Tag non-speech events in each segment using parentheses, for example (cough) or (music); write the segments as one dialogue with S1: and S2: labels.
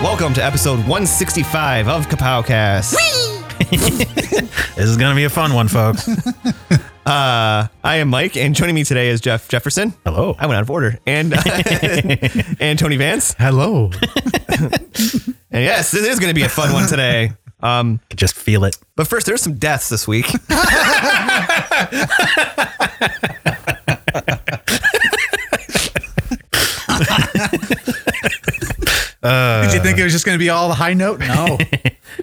S1: Welcome to episode 165 of Kapowcast.
S2: This is going to be a fun one, folks.
S1: I am Mike, and joining me today is Jeff Jefferson.
S2: Hello.
S1: I went out of order. And, uh,
S2: (laughs)
S1: and Tony Vance.
S3: Hello.
S1: And yes, it is going to be a fun one today. Um,
S2: Could just feel it.
S1: but first, there's some deaths this week.
S3: Did you think it was just going to be all the high note? (laughs) No.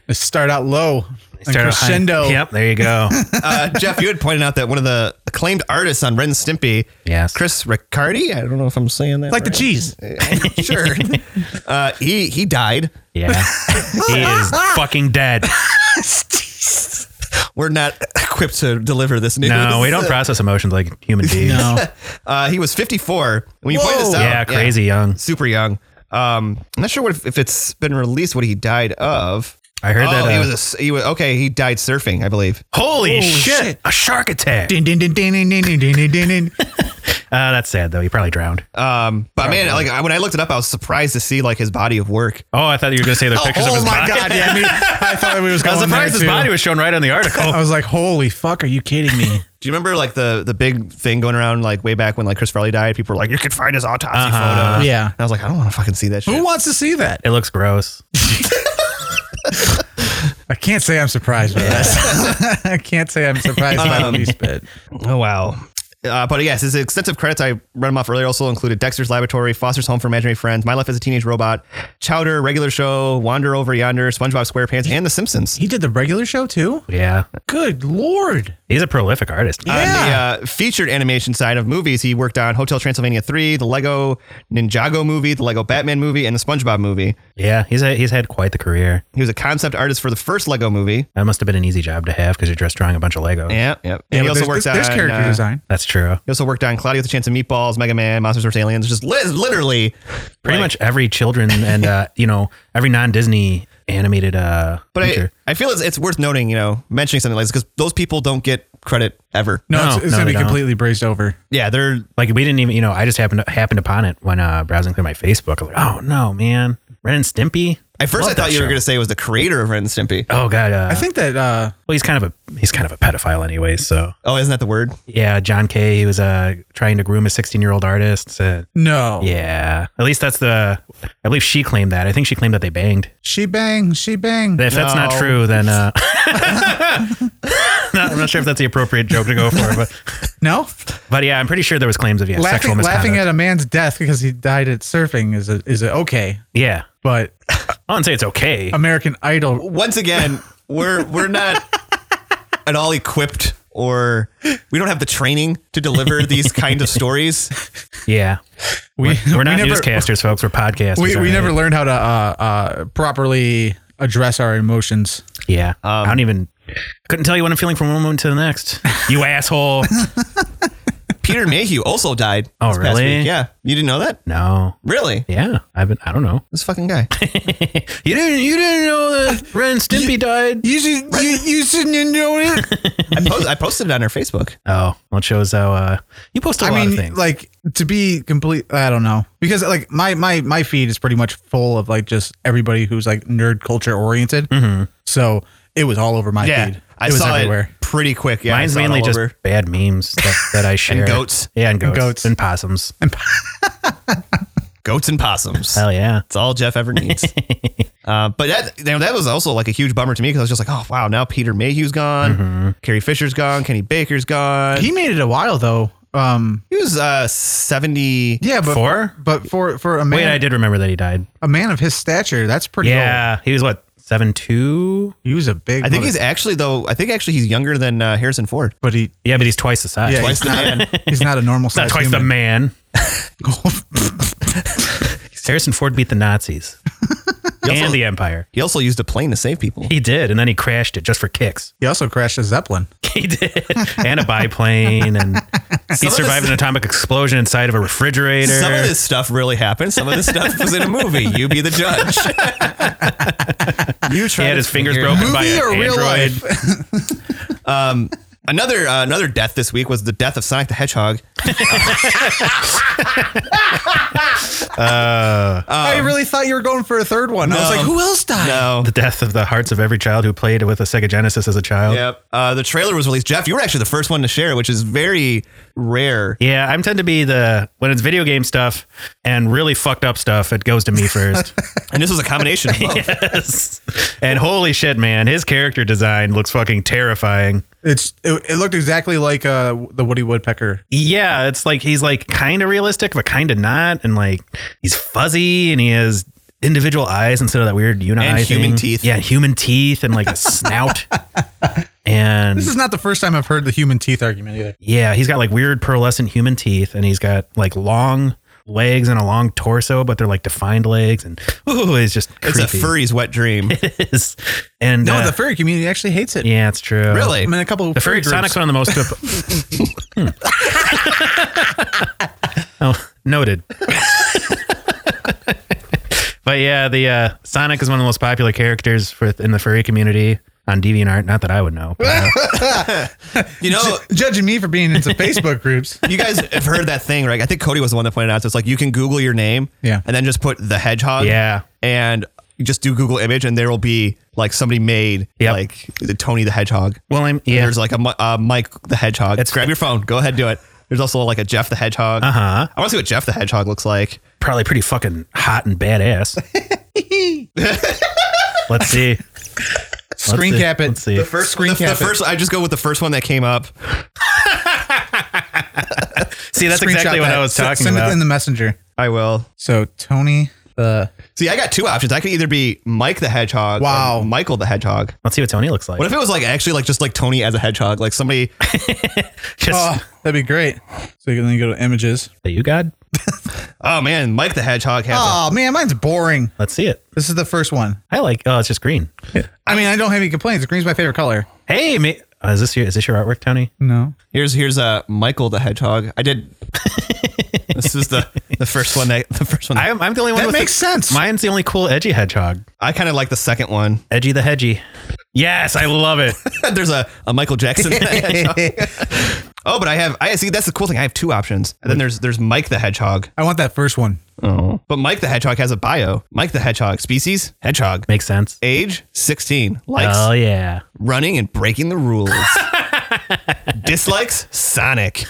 S3: Just start out low. and
S2: Start out high.
S3: crescendo.
S2: Yep, there you go.
S1: Uh, Jeff, you had pointed out that one of the acclaimed artists on Ren and Stimpy,
S2: Yes.
S1: Chris Riccardi, I don't know if I'm saying that
S3: Like the
S1: right.
S3: cheese.
S1: sure.
S2: (laughs)
S1: Uh, he he died.
S2: Yeah. he is fucking dead.
S1: We're not equipped to deliver this news.
S2: No, we don't process emotions like human beings.
S3: No.
S1: (laughs) Uh, he was 54 when you pointed this
S3: Whoa.
S1: out.
S2: Yeah, crazy young.
S1: super young. Um, I'm not sure what if, if it's been released what he died of.
S2: I heard
S1: oh,
S2: that.
S1: he
S2: uh,
S1: was a s he was okay. He died surfing, I believe.
S2: holy shit,
S3: shit.
S2: A shark attack. Uh,
S3: Din, din, din, din, din, din, din, din, din, din.
S2: that's sad, though. He probably drowned.
S1: Um, but man, like I- when I looked it up, I was surprised to see like his body of work.
S2: oh, I thought you were going to say the pictures of
S3: Oh
S2: his
S3: my
S2: body.
S3: God. (laughs) Yeah, I, mean, I thought it was
S2: I
S3: going
S2: was surprised
S3: there
S2: his
S3: too.
S2: body was shown right on the
S3: I (laughs)
S2: article.
S3: was like, holy fuck, are you kidding me?
S1: (laughs) Do you remember like the the big thing going around like way back when like Chris Farley died? People were like, you could find his autopsy photo.
S3: Uh-huh. yeah.
S1: And I was like, I don't want to fucking see that
S3: (laughs) Who
S1: shit.
S3: wants to see that?
S2: It looks gross.
S3: I can't say I'm surprised by this. (laughs) I can't say I'm surprised by
S1: Um,
S3: the least bit.
S1: Oh wow. Uh, but yes, his extensive credits I read them off earlier also included Dexter's Laboratory, Foster's Home for Imaginary Friends, My Life as a Teenage Robot, Chowder, Regular Show, Wander Over Yonder, SpongeBob SquarePants, and The Simpsons.
S3: (laughs) He did the regular show too?
S2: Yeah.
S3: Good lord.
S2: He's a prolific artist.
S3: Yeah.
S1: On the uh, featured animation side of movies, he worked on Hotel Transylvania 3, the Lego Ninjago movie, the Lego Batman movie, and the SpongeBob movie.
S2: yeah. He's, a, he's had quite the career.
S1: He was a concept artist for the first Lego movie.
S2: That must have been an easy job to have because you're just drawing a bunch of Legos.
S1: Yeah, yeah.
S3: Yeah,
S1: And he
S3: but
S1: also
S3: there's,
S1: worked on.
S3: there's character
S1: uh,
S3: design.
S2: That's true.
S1: He also worked on Cloudy with a Chance of Meatballs, Mega Man, Monsters vs. Aliens. Just li- literally,
S2: pretty much every children and uh, you know every non-Disney animated uh
S1: but I,
S2: feature.
S1: I feel it's, it's worth noting, you know, mentioning something like this because those people don't get credit ever.
S3: No,
S2: No,
S3: it's, it's
S2: no, they
S3: going to be
S2: don't.
S3: completely brazed over.
S1: Yeah, they're
S2: like we didn't even you know I just happened happened upon it when uh browsing through my Facebook. I was like, oh no, man, Ren and Stimpy.
S1: At first, I
S2: Love
S1: thought
S2: that
S1: you were
S2: show.
S1: going to say it was the creator of Ren and Stimpy.
S2: Oh god, uh,
S3: I think that uh,
S2: well he's kind of a he's kind of a pedophile anyway. So
S1: Oh, isn't that the word?
S2: yeah, John Kay he was uh trying to groom a 16 year old artist. So,
S3: no.
S2: yeah, at least that's the I believe she claimed that. I think she claimed that they banged.
S3: She bang, she bang.
S2: If that's not
S1: No.
S2: true, then uh, (laughs) not, I'm not sure if that's the appropriate joke to go for, but
S3: No?
S2: But yeah, I'm pretty sure there was claims of yeah, sexual
S3: laughing,
S2: misconduct.
S3: laughing at a man's death because he died at surfing is a, is a okay,
S2: yeah,
S3: (laughs) but
S2: I wouldn't say it's okay.
S3: American Idol.
S1: Once again, we're we're not at all equipped, or we don't have the training to deliver these kind of stories.
S2: yeah, we, we're not
S3: never-
S2: newscasters, folks. We're podcasters.
S3: We, we
S2: alright?
S3: never learned how to uh, uh, properly address our emotions.
S2: Yeah,
S1: Um,
S2: I don't even. Couldn't tell you what I'm feeling from one moment to the
S3: (laughs)
S2: next. You asshole.
S1: Peter Mayhew also died.
S2: Oh,
S1: this past
S2: really?
S1: week. Yeah, you didn't know that?
S2: No.
S1: Really?
S2: Yeah, I've been. I don't know.
S1: This fucking guy.
S2: You didn't. You didn't know that Ren Stimpy died.
S3: You should, you, you shouldn't know (laughs) it.
S1: I, post, I posted it on her Facebook.
S2: Oh, well, it shows how uh, you post a
S3: I
S2: lot of
S3: mean,
S2: things.
S3: like to be complete. I don't know because like my my my feed is pretty much full of like just everybody who's like nerd culture oriented. So it was all over my feed.
S1: I
S3: it was
S1: saw
S3: everywhere.
S1: it pretty quick. Yeah, I
S2: Mine's
S1: saw it
S2: mainly
S1: all
S2: just
S1: over.
S2: bad memes that,
S1: (laughs)
S2: that I share.
S1: goats.
S2: Yeah, and goats. And
S3: goats.
S2: possums.
S1: goats and possums.
S2: Hell yeah.
S1: It's all Jeff ever
S2: (laughs)
S1: needs. uh, but that you know, that was also like a huge bummer to me because I was just like, oh wow, now Peter Mayhew's gone,
S2: Mm-hmm.
S1: Carrie Fisher's gone, Kenny Baker's gone. He,
S3: He made it a while though. Um,
S1: was uh, seventy.
S3: yeah, but
S2: Four?
S3: but for for a man,
S2: Wait, I did remember that he died.
S3: a man of his stature, that's pretty. old.
S2: Yeah, he was what seven two.
S3: he was a big.
S1: I think
S3: mother-
S1: he's actually though. I think actually he's younger than uh, Harrison Ford.
S3: but he
S2: Yeah, but he's twice the size.
S3: yeah,
S1: Twice
S3: he's,
S1: the man.
S3: not, he's not a normal
S2: Not
S3: size.
S2: twice the
S3: human. (laughs)
S2: man. Harrison Ford beat the
S3: (laughs)
S2: Nazis and the Empire.
S1: He also used a plane to save people.
S2: He did, and then he crashed it just for kicks. (laughs)
S3: He also crashed a zeppelin.
S2: He did, and a biplane, and he survived an atomic explosion inside of a refrigerator.
S1: Some of this stuff really happened. Some of this stuff was in a (laughs) movie. You be the judge. you
S2: he
S1: try.
S2: had
S1: to
S2: his fingers
S1: figure-
S2: broken by
S3: Movie
S2: an
S3: or real
S2: android.
S1: (laughs) Another uh, another death this week was the death of Sonic the Hedgehog.
S3: I
S2: Um,
S3: really thought you were going for a third one. I was
S1: No.
S3: like, who else died?
S1: No.
S2: The death of the hearts of every child who played with a Sega Genesis as a child.
S1: Yep. Uh, the trailer was released. Jeff, you were actually the first one to share, which is very rare.
S2: Yeah, I tend to be the when it's video game stuff and really fucked up stuff, it goes to
S3: (laughs)
S2: me first.
S1: And this was a combination
S2: (laughs)
S1: of both.
S2: yes. (laughs) And holy shit, man, his character design looks fucking terrifying.
S3: It's it, it looked exactly like uh, the Woody Woodpecker.
S2: Yeah, it's like he's like kind of realistic, but kind of not, and like he's fuzzy and he has individual eyes instead of that weird uni
S1: And
S2: eye
S1: human
S2: thing.
S1: teeth.
S2: Yeah, human teeth and like
S1: (laughs)
S2: a snout. And
S3: This is not the first time I've heard the human teeth argument either.
S2: Yeah, he's got like weird pearlescent human teeth, and he's got like long legs and a long torso, but they're like defined legs, and ooh, it's just
S1: It's
S2: creepy.
S1: a
S2: (laughs)
S1: furry's wet dream.
S2: It is. and
S3: No,
S2: uh,
S3: the furry community actually hates it.
S2: yeah, it's true.
S1: Really?
S3: I mean, a couple of
S2: the furry
S3: furry groups-
S2: Sonic's one of the most. Hmm. oh,
S3: (laughs)
S2: noted. (laughs) but yeah, the uh, Sonic is one of the most popular characters for, in the furry community on DeviantArt. Not that I would know. but, uh,
S1: You know,
S3: judging me for being into Facebook groups.
S1: you guys have heard that thing, right? I think Cody was the one that pointed out. So it's like you can Google your name
S3: Yeah.
S1: and then just put the hedgehog.
S2: Yeah.
S1: And you just do Google image and there will be like somebody made
S2: Yep.
S1: like the Tony the Hedgehog.
S2: well, I'm
S1: And
S2: yeah.
S1: There's like a Mi- uh, Mike the Hedgehog.
S2: It's-
S1: Grab your phone. Go ahead, do it. There's also like a Jeff the Hedgehog. Uh
S2: Uh-huh.
S1: I want to see what Jeff the Hedgehog looks like.
S2: probably pretty fucking hot and badass. (laughs) Let's see.
S3: Screen
S2: Let's see.
S3: cap it.
S2: Let's see.
S1: first screen the,
S3: cap
S1: the
S3: it.
S1: first. I just go with the first one that came up.
S2: See, that's
S3: Screenshot
S2: exactly what
S3: that.
S2: I was
S3: S-
S2: talking
S3: send
S2: about.
S3: it in the messenger.
S1: I will.
S3: So Tony, the
S1: See, I got two options. I could either be Mike the Hedgehog. or
S3: Wow.
S1: Michael the Hedgehog.
S2: Let's see what Tony looks like.
S1: What if it was like actually like just like Tony as a hedgehog? Like somebody.
S2: Just
S3: oh, that'd be great. So you can then go to images.
S2: the you god?
S1: Oh man, Mike the Hedgehog has. a-
S3: Oh man, mine's boring.
S2: Let's see it.
S3: This is the first one.
S2: I like. Oh, it's just green.
S3: I mean, I don't have any complaints. Green's my favorite color.
S2: Hey, ma- uh, is this your is this your artwork, Tony?
S3: No,
S1: Here's here's uh Michael the Hedgehog. I (laughs) did. this is the the first one that the first one. I,
S2: I'm, I'm the only one.
S3: that
S2: with
S3: makes
S2: the,
S3: sense.
S2: Mine's the only cool edgy hedgehog.
S1: I kind of like the second one.
S2: Edgy the hedgy. Yes, I love it.
S1: (laughs) There's a, a Michael (laughs) Jackson. oh, but I have I see that's the cool thing. I have two options. And then there's there's Mike the Hedgehog.
S3: I want that first one.
S1: Oh. But Mike the Hedgehog has a bio. Mike the Hedgehog species hedgehog.
S2: (laughs) Makes sense.
S1: Age 16. Likes
S2: Oh yeah.
S1: running and breaking the (laughs) rules. Dislikes (laughs) Sonic.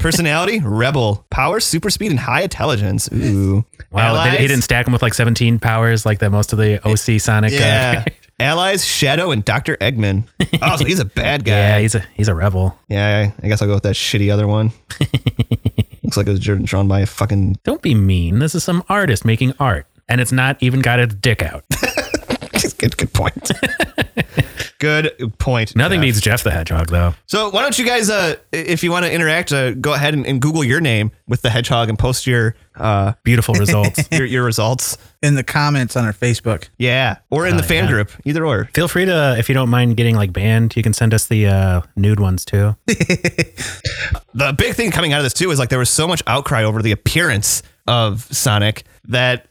S1: Personality rebel. Power, super speed, and high intelligence. Ooh.
S2: Wow. They, he didn't stack them with like 17 powers like that most of the OC Sonic. uh,
S1: Yeah. (laughs) Allies Shadow and Doctor Eggman. Oh, so he's a bad guy.
S2: (laughs) (laughs) yeah. He's a he's a rebel.
S1: Yeah, I I guess I'll go with that shitty other
S2: (laughs)
S1: one. Looks like it was dr- drawn by a fucking. (laughs)
S2: Don't be mean. This is some artist making art, and it's not even got its dick out.
S1: Good, good point. (laughs) good point.
S2: Nothing
S1: Jeff.
S2: beats Jeff the Hedgehog, though.
S1: So why don't you guys, uh, if you want to interact, uh, go ahead and, and Google your name with the hedgehog and post your uh, (laughs)
S2: Beautiful results.
S1: your, your
S2: (laughs)
S1: results.
S3: in the comments on our Facebook.
S1: Yeah, or in the fan
S2: Oh, yeah.
S1: group, either or.
S2: Feel free to, if you don't mind getting like banned, you can send us the uh, nude ones too.
S1: the big thing coming out of this too is like there was so much outcry over the appearance of Sonic that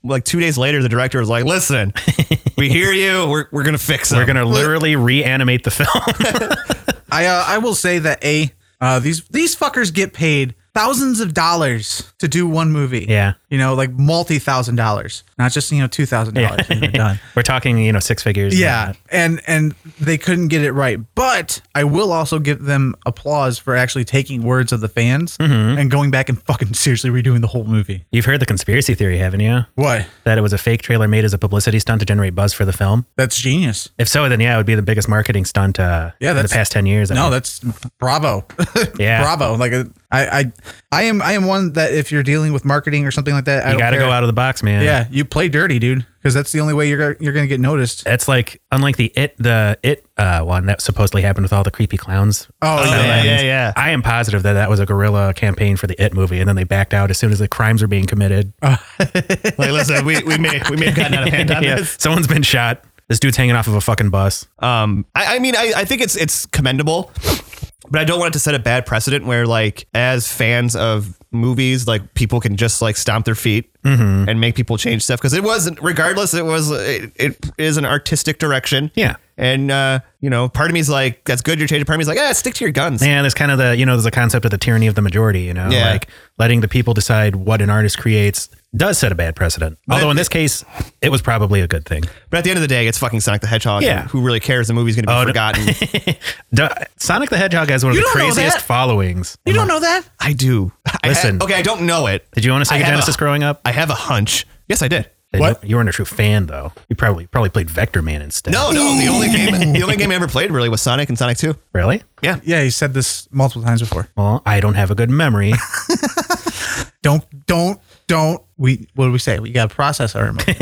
S1: (laughs) like two days later the director was like, "Listen, we hear you. We're we're gonna fix it.
S2: We're gonna literally reanimate the film.
S3: I uh, I will say that a uh, these these fuckers get paid thousands of dollars to do one movie.
S2: Yeah.
S3: you know, like multi thousand dollars, not just you know two thousand dollars and
S2: (laughs)
S3: you're done.
S2: We're talking, you know, six figures. and
S3: Yeah,
S2: whatnot.
S3: and and they couldn't get it right, but I will also give them applause for actually taking words of the fans and going back and fucking seriously redoing the whole movie.
S2: You've heard the conspiracy theory, haven't you?
S3: What?
S2: That it was a fake trailer made as a publicity stunt to generate buzz for the film.
S3: That's genius.
S2: If so, then yeah, it would be the biggest marketing stunt uh,
S3: Yeah,
S2: in the
S3: that's-
S2: past ten years. I
S3: No,
S2: mean.
S3: that's bravo. (laughs)
S2: Yeah.
S3: bravo. Like I, I, I am, I am one that if you're dealing with marketing or something like that, I
S2: you
S3: don't
S2: got to
S3: care.
S2: go out of the box, man.
S3: Yeah, you play dirty, dude, because that's the only way you're gonna- you're gonna get noticed.
S2: That's like unlike the it the it uh, one that supposedly happened with all the creepy clowns.
S3: Oh,
S1: Oh,
S3: yeah.
S1: yeah,
S2: And
S1: yeah, yeah.
S2: I am positive that that was a guerrilla campaign for the It movie, and then they backed out as soon as the crimes were being committed.
S3: Oh,
S1: Like, listen, we, we may we may have gotten out of hand on
S2: (laughs) Yeah,
S3: (laughs)
S1: this.
S2: someone's been shot. This dude's hanging off of a fucking bus.
S1: Um, I, I mean, I, I think it's it's commendable but I don't want it to set a bad precedent where, like, as fans of movies, like people can just like stomp their feet
S2: Mm-hmm.
S1: and make people change stuff because it wasn't. Regardless, it was it, it is an artistic direction.
S2: Yeah.
S1: and uh, you know, part of me is like, that's good, you're changing. Part of me is like, ah, stick to your guns.
S2: Yeah, there's kind of the you know there's a concept of the tyranny of the majority. You know,
S1: Yeah.
S2: like letting the people decide what an artist creates does set a bad precedent. Although in this case, it was probably a good thing.
S1: But at the end of the day, it's fucking Sonic the Hedgehog.
S2: Yeah. Oh,
S1: and Who really cares? The movie's going to be
S2: no.
S1: forgotten.
S2: (laughs) Duh, Sonic the Hedgehog has one of
S3: You
S2: the
S3: don't know
S2: craziest
S3: that.
S2: followings.
S3: You don't know that?
S1: I do. I-
S2: Listen.
S1: I- okay, I don't know it.
S2: Did you own a
S1: I
S2: Sega
S1: have
S2: Genesis
S1: a-
S2: growing up?
S1: I have a hunch. Yes, I did.
S3: What?
S2: You weren't a true fan though. You probably probably played Vector Man instead.
S1: No, no. The only game, the only game I ever played really was Sonic and Sonic Two.
S2: Really?
S1: Yeah.
S3: Yeah, you said this multiple times before.
S2: Well, I don't have a good memory.
S3: (laughs) Don't, don't, don't. We what do we say? We got to process our (laughs) emotions.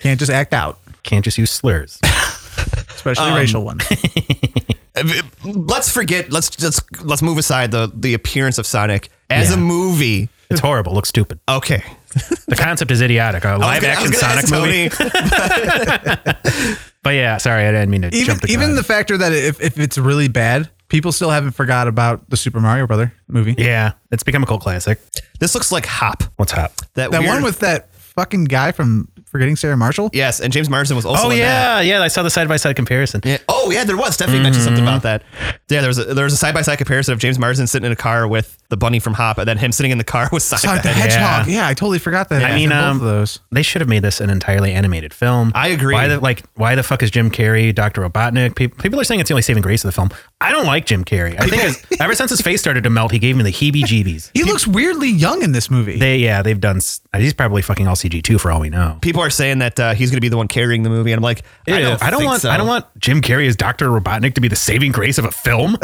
S3: Can't just act out,
S2: Can't just use slurs.
S3: especially racial ones.
S1: Uh, Let's forget. Let's let's let's move aside the the appearance of Sonic as a movie.
S2: It's horrible. Looks stupid.
S1: Okay.
S2: The concept is idiotic. A live action Sonic movie.
S1: movie.
S2: But yeah, sorry, I didn't mean to
S3: (laughs) even
S2: jump the
S3: even
S2: gun.
S3: the factor that if, if it's really bad, people still haven't forgot about the Super Mario Brother movie.
S2: yeah, it's become a cult classic.
S1: (laughs) This looks like Hop.
S2: What's hot?
S3: That
S1: weird-
S3: one with that fucking guy from Forgetting Sarah Marshall.
S1: yes, and James Marsden was also.
S2: Oh
S1: in that.
S2: yeah, yeah. I saw the side by side comparison.
S1: Yeah. Oh yeah, there was. Stephanie mentioned something about that. Yeah, there was a, there was a side by side comparison of James Marsden sitting in a car with the bunny from Hop, and then him sitting in the car (laughs) with Sonic.
S3: Sonic
S1: the
S3: the
S1: Hedgehog.
S3: Hedgehog. Yeah, I totally forgot that.
S2: I mean,
S3: both
S2: um,
S3: of those.
S2: They should have made this an entirely animated film.
S1: I agree.
S2: Why the like? Why the fuck is Jim Carrey, Doctor Robotnik? People, people are saying it's the only saving grace of the film. I don't like Jim Carrey. I think
S1: (laughs)
S2: as, ever since his face started to melt, he gave me the heebie-jeebies.
S3: He looks weirdly young in this movie.
S2: They yeah, they've done. s- He's probably fucking all CG too, for all we know.
S1: People are saying that uh, he's going to be the one carrying the movie, and I'm like, I
S2: Ew,
S1: don't,
S2: I don't
S1: think
S2: want.
S1: so.
S2: I don't want Jim Carrey as Doctor Robotnik to be the saving grace of
S1: (laughs)
S2: a film.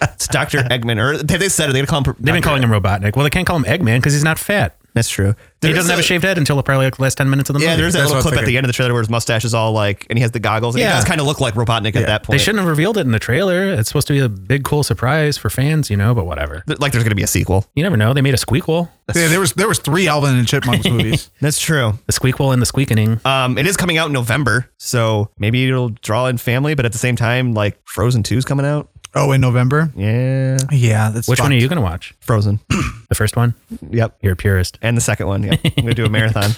S1: It's Doctor Eggman, or they, they said it. They're going to call him.
S2: They've been calling him Robotnik. Well, they can't call him Eggman because he's not fat.
S1: That's true.
S2: he doesn't have a shaved head until probably like the last ten minutes of the movie.
S1: Yeah, there's that
S3: That's
S1: little
S3: what I
S1: clip at the
S3: figured.
S1: end of the trailer where his mustache is all like, and he has the goggles. And yeah.
S2: Yeah.
S1: He does kind of look like Robotnik at that
S2: They
S1: point.
S2: shouldn't have revealed it in the trailer. It's supposed to be a big, cool surprise for fans, you know. But whatever.
S1: Th- Like, there's going to be a sequel.
S2: You never know. They made a squeakquel,
S3: yeah, there was there was three Alvin and (laughs) Chipmunks movies.
S1: That's true.
S2: the squeakquel and the squeakening.
S1: Um, it is coming out in November, so maybe it'll draw in family, but at the same time, like Frozen 2 is coming out.
S3: Oh, in November.
S1: Yeah.
S3: Yeah, that's
S2: Which one are
S3: fucked.
S2: you gonna watch?
S1: Frozen. (clears throat)
S2: The first one.
S1: yep.
S2: You're a (laughs) purist.
S1: And the second one. Yep. I'm going to do a marathon.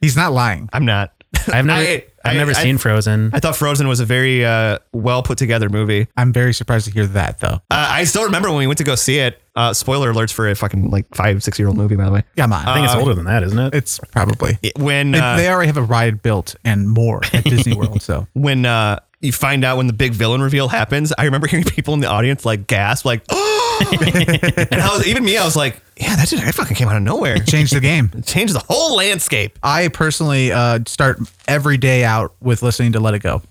S3: He's not lying.
S1: I'm not.
S2: I've never.
S1: I-
S2: I,
S1: I-
S2: have never
S1: I-
S2: seen Frozen.
S1: I thought Frozen was a very uh, well put together movie.
S3: I'm very surprised to hear that though.
S1: Uh, I still remember when we went to go see it. Uh, spoiler alerts for a fucking like five, six year old movie, by the way.
S3: Come on,
S2: I think it's older than that, isn't Um, it?
S3: it's probably.
S1: When
S3: They-
S1: uh,
S3: they already have a ride built and more at Disney World. So (laughs)
S1: when uh, you find out when the big villain reveal happens, I remember (laughs) hearing people in the audience like gasp, like, (gasps) oh! and I was, even me, I was like, yeah, that, did, that fucking came out of nowhere.
S3: change the game.
S1: It changed the whole landscape.
S3: I personally uh, start every day out with listening to Let It Go.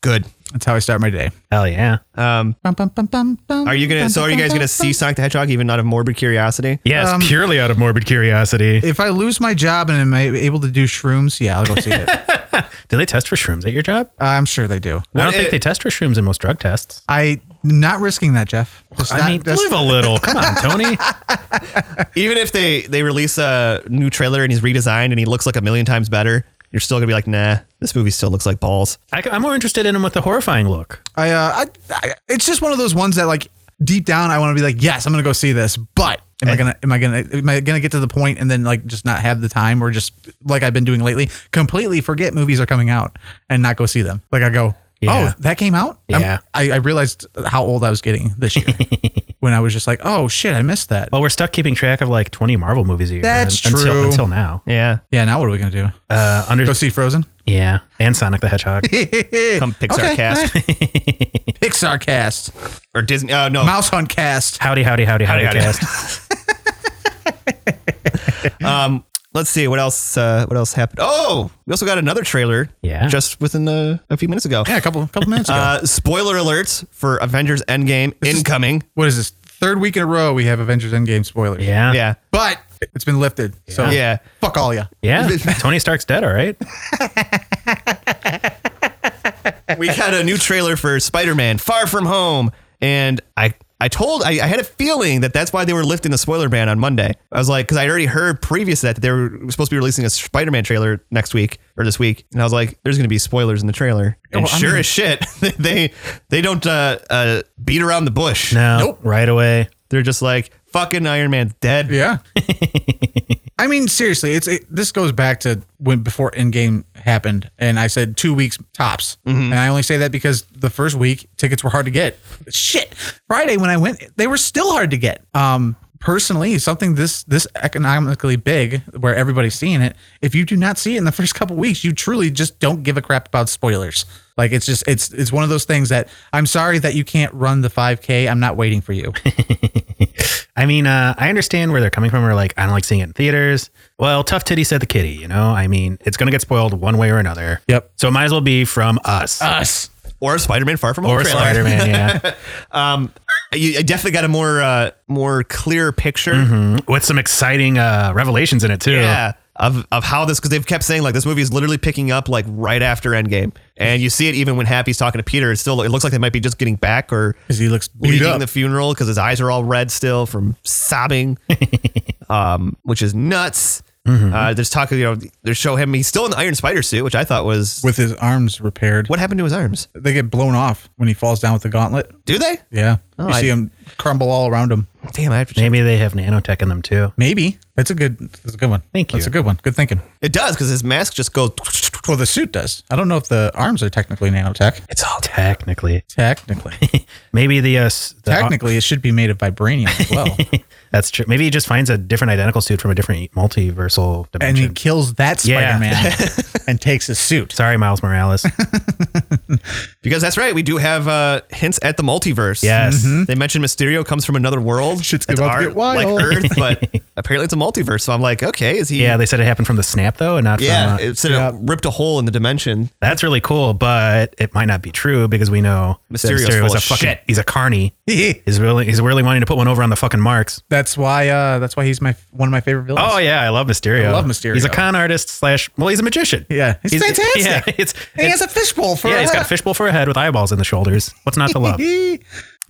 S1: Good.
S3: That's how I start my day.
S2: Hell yeah.
S3: Bum, bum, bum, bum, bum,
S1: Are you gonna?
S3: bum,
S1: So are
S3: bum,
S1: you guys
S3: bum,
S1: gonna
S3: bum,
S1: see
S3: bum.
S1: Sonic the Hedgehog even out of morbid curiosity?
S2: yeah,
S3: Um,
S2: it's purely out of morbid curiosity.
S3: If I lose my job and am a- able to do shrooms, yeah, I'll go see it. Uh,
S2: Do they test for shrooms at your job?
S3: I'm sure they do.
S2: I don't
S1: Well,
S2: think
S1: it-
S2: they test for shrooms in most drug tests.
S3: I'm not risking that, Jeff. Just
S2: I
S3: not-
S2: mean,
S3: just-
S2: live a little. Come on, Tony.
S3: (laughs)
S1: Even if they they release a new trailer and he's redesigned and he looks like a million times better, you're still gonna be like, nah, this movie still looks like balls.
S2: I, am more interested in him with the horrifying look.
S3: I, uh, I, I, it's just one of those ones that like deep down I want to be like, yes, I'm gonna go see this, but am I gonna, am I gonna, am I gonna get to the point and then like just not have the time or just like I've been doing lately, completely forget movies are coming out and not go see them. Like I go,
S2: Yeah.
S3: oh, that came out. I'm-
S2: Yeah.
S3: I, I realized how old I was getting this year when I was just like, oh shit, I missed that.
S2: Well, we're stuck keeping track of like 20 Marvel movies a year.
S3: That's
S2: un- Until,
S3: true.
S2: until now.
S1: Yeah.
S3: Yeah, now what are we gonna do?
S2: Uh, under
S3: Go see Frozen. (laughs)
S2: yeah, and Sonic the Hedgehog.
S1: Come Pixar
S3: Okay.
S1: cast
S3: (laughs) Pixar cast,
S1: or Disney. Oh no,
S3: (laughs) Mouse Hunt cast.
S2: howdy, howdy, howdy, howdy,
S1: howdy.
S2: cast.
S1: let's see what else uh, what else happened oh we also got another trailer
S2: Yeah.
S1: just within a, a few minutes ago
S3: Yeah, a couple, couple minutes ago.
S1: uh, spoiler alerts for avengers endgame incoming
S3: what is this? Third week in a row we have Avengers Endgame spoilers.
S1: (laughs)
S2: Yeah, (laughs)
S1: yeah
S3: but it's been lifted. So
S1: Yeah.
S3: fuck all you.
S2: yeah. Tony Stark's dead. All right.
S1: we got a new trailer for spider-man far from home and i I told, I, I had a feeling that that's why they were lifting the spoiler ban on Monday. I was like, because I already heard previous to that that they were supposed to be releasing a Spider Man trailer next week or this week, and I was like, there's going to be spoilers in the trailer. And
S3: Well, I
S1: sure
S3: mean-
S1: as shit, (laughs) they they don't uh, uh, beat around the bush.
S2: No, right away.
S1: They're just like fucking Iron Man's dead.
S3: Yeah. I mean, seriously, it's it, this goes back to when before Endgame happened, and I said two weeks tops, and I only say that because the first week tickets were hard to get. Shit, Friday when I went, they were still hard to get. Um, personally, something this this economically big where everybody's seeing it. If you do not see it in the first couple weeks, you truly just don't give a crap about spoilers. Like it's just it's it's one of those things that I'm sorry that you can't run the 5K. I'm not waiting for you.
S2: I mean, uh, I understand where they're coming from. We're like, I don't like seeing it in theaters. Well, tough titty said the kitty. You know, I mean, it's gonna get spoiled one way or another.
S3: Yep. Uh,
S2: So it might as well be from us
S3: Us.
S1: Or Spider Man Far From Home
S2: or
S1: trailer.
S2: Spider Man. Yeah.
S1: You I definitely got a more uh, more clear picture.
S2: Hmm? with some exciting uh, revelations in it too.
S1: Yeah. Of, of how this because they've kept saying like this movie is literally picking up like right after Endgame, and you see it even when Happy's talking to Peter. It's still it looks like they might be just getting back or
S3: Because he looks beat
S1: leaving
S3: up.
S1: the funeral because his eyes are all red still from sobbing, um, which is nuts. Uh, there's talk you know they show him he's still in the Iron Spider suit, which I thought was
S3: with his arms repaired.
S1: what happened to his arms?
S3: They get blown off when he falls down with the gauntlet.
S1: Do they?
S3: Yeah.
S2: Oh,
S3: you
S1: I-
S3: see him crumble all around him.
S1: Damn, I have to check.
S2: Maybe they have nanotech in them too.
S3: Maybe. That's a good that's a good one.
S2: Thank
S3: That's
S2: you.
S3: a good one. Good thinking.
S1: It does because his mask just goes.
S3: Well, the suit does. I don't know if the arms are technically nanotech.
S2: It's all technically. (laughs)
S3: Technically.
S2: Maybe the, uh, s- the
S3: technically, it should be made of vibranium
S2: (laughs)
S3: as well.
S2: That's true. Maybe he just finds a different identical suit from a different multiversal
S3: and
S2: dimension.
S3: he kills that
S2: Yeah.
S3: Spider-Man
S2: (laughs)
S3: and takes his suit.
S2: Sorry, Miles Morales.
S1: Because that's right, we do have uh, hints at the multiverse.
S2: Yes. Mhm.
S1: they mentioned Mysterio comes from another world.
S3: Mm-hmm. Shit's
S1: That's
S3: about to
S1: our-
S3: get wild.
S1: like
S3: (laughs)
S1: Earth, but apparently it's a multiverse. So I'm like, okay, is he?
S2: yeah, they said it happened from the snap though, and not
S1: yeah.
S2: from. Uh,
S1: It said it
S3: Yeah.
S1: ripped a hole in the dimension.
S2: that's really cool, but it might not be true because we know that
S1: Mysterio's
S2: Mysterio
S1: full
S2: is a
S1: of
S2: fucking.
S1: shit.
S2: He's a carny. he's really he's really wanting to put one over on the fucking marks.
S3: (laughs) that's why uh that's why he's my one of my favorite villains.
S2: Oh yeah, I love Mysterio.
S3: I love Mysterio.
S2: He's a con artist slash. Well, he's a magician.
S3: Yeah. He's fantastic.
S2: Yeah, (laughs) it's,
S3: And he
S2: it's-
S3: has a fishbowl for
S2: yeah, he's got a fishbowl for a head with eyeballs in the shoulders. What's not to
S3: (laughs)
S2: love?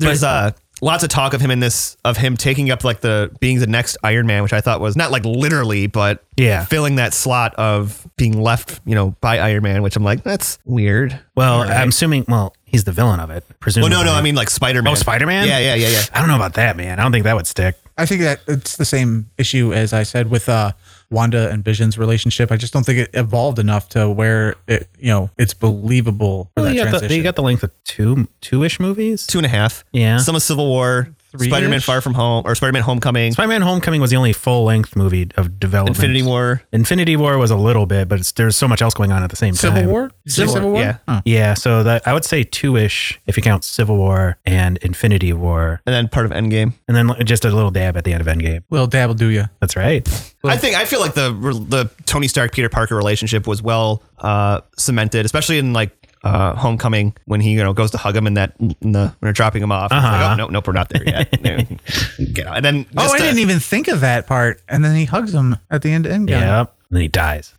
S1: There's uh, lots of talk of him in this of him taking up like the being the next Iron Man, which I thought was not like literally, but
S2: Yeah.
S1: filling that slot of being left, you know, by Iron Man, which I'm like, that's weird.
S2: Well, I'm assuming. Well, he's the villain of it.
S1: Well,
S2: Presumably.
S1: no, no, I mean like Spider Man.
S2: Oh, Spider Man.
S1: Yeah, yeah, yeah, yeah.
S2: I don't know about that, man. I don't think that would stick.
S3: I think that it's the same issue as I said with uh, Wanda and Vision's relationship. I just don't think it evolved enough to where it, you know, it's believable for
S2: Well,
S3: that
S2: you, got the,
S3: transition.
S2: you got the length of two two ish movies.
S1: Two and a half.
S2: Yeah.
S1: Some of Civil War.
S3: Three-ish?
S1: Spider Man Far From Home or Spider Man Homecoming.
S2: Spider Man Homecoming was the only full length movie of development.
S1: Infinity War.
S2: Infinity War was a little bit, but it's, there's so much else going on at the same time.
S3: Civil War? Civil, Civil War?
S1: yeah.
S3: Huh.
S2: Yeah, so that I would say two ish if you count Civil War and Infinity War,
S1: and then part of Endgame.
S2: and then l- just a little dab at the end of Endgame.
S3: Little dab will do you.
S2: That's right.
S1: I think I feel like the the Tony Stark Peter Parker relationship was well uh, cemented, especially in like uh, Homecoming when he you know goes to hug him and that in the, when they're dropping him off. It's like, oh, nope, nope, we're not there
S3: (laughs)
S1: yet. No. Get out. And then
S3: Uh-huh. oh,
S1: just,
S3: I
S1: uh,
S3: didn't even think of that part. And then he hugs him at the end of Endgame.
S2: Yeah. And then he dies.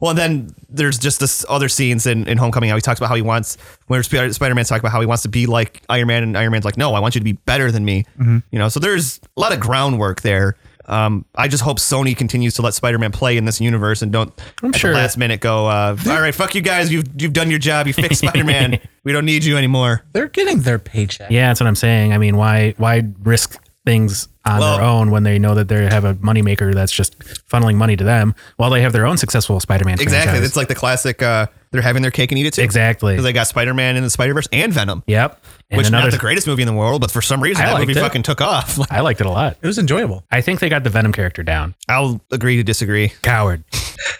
S1: Well, then there's just this other scenes in, in Homecoming. How he talks about how he wants, where Spider Man's talking about how he wants to be like Iron Man, and Iron Man's like, no, I want you to be better than me.
S2: Mm-hmm.
S1: You know, so there's a lot of groundwork there. Um, I just hope Sony continues to let Spider Man play in this universe and don't at the
S2: sure.
S1: last minute go, uh, all right, fuck you guys, you've you've done your job, you fixed Spider
S2: (laughs)
S1: Man, we don't need you anymore.
S3: They're getting their paycheck.
S2: Yeah, that's what I'm saying. I mean, why why risk things on
S1: Well-
S2: their own when they know that they have a moneymaker that's just funneling money to them while they have their own successful Spider-Man
S1: Exactly,
S2: franchise?
S1: it's like the classic. Uh, they're having their cake and eat it too.
S2: Exactly.
S1: because they got Spider Man and the Spider Verse and Venom,
S2: Yep. And
S1: which
S2: another
S1: not the greatest movie in the world, but for some reason
S2: I
S1: that
S2: liked
S1: movie
S2: it.
S1: fucking took off. (laughs)
S2: I liked it a lot.
S3: It was enjoyable.
S2: I think they got the Venom character down.
S1: I'll agree to disagree.
S2: Coward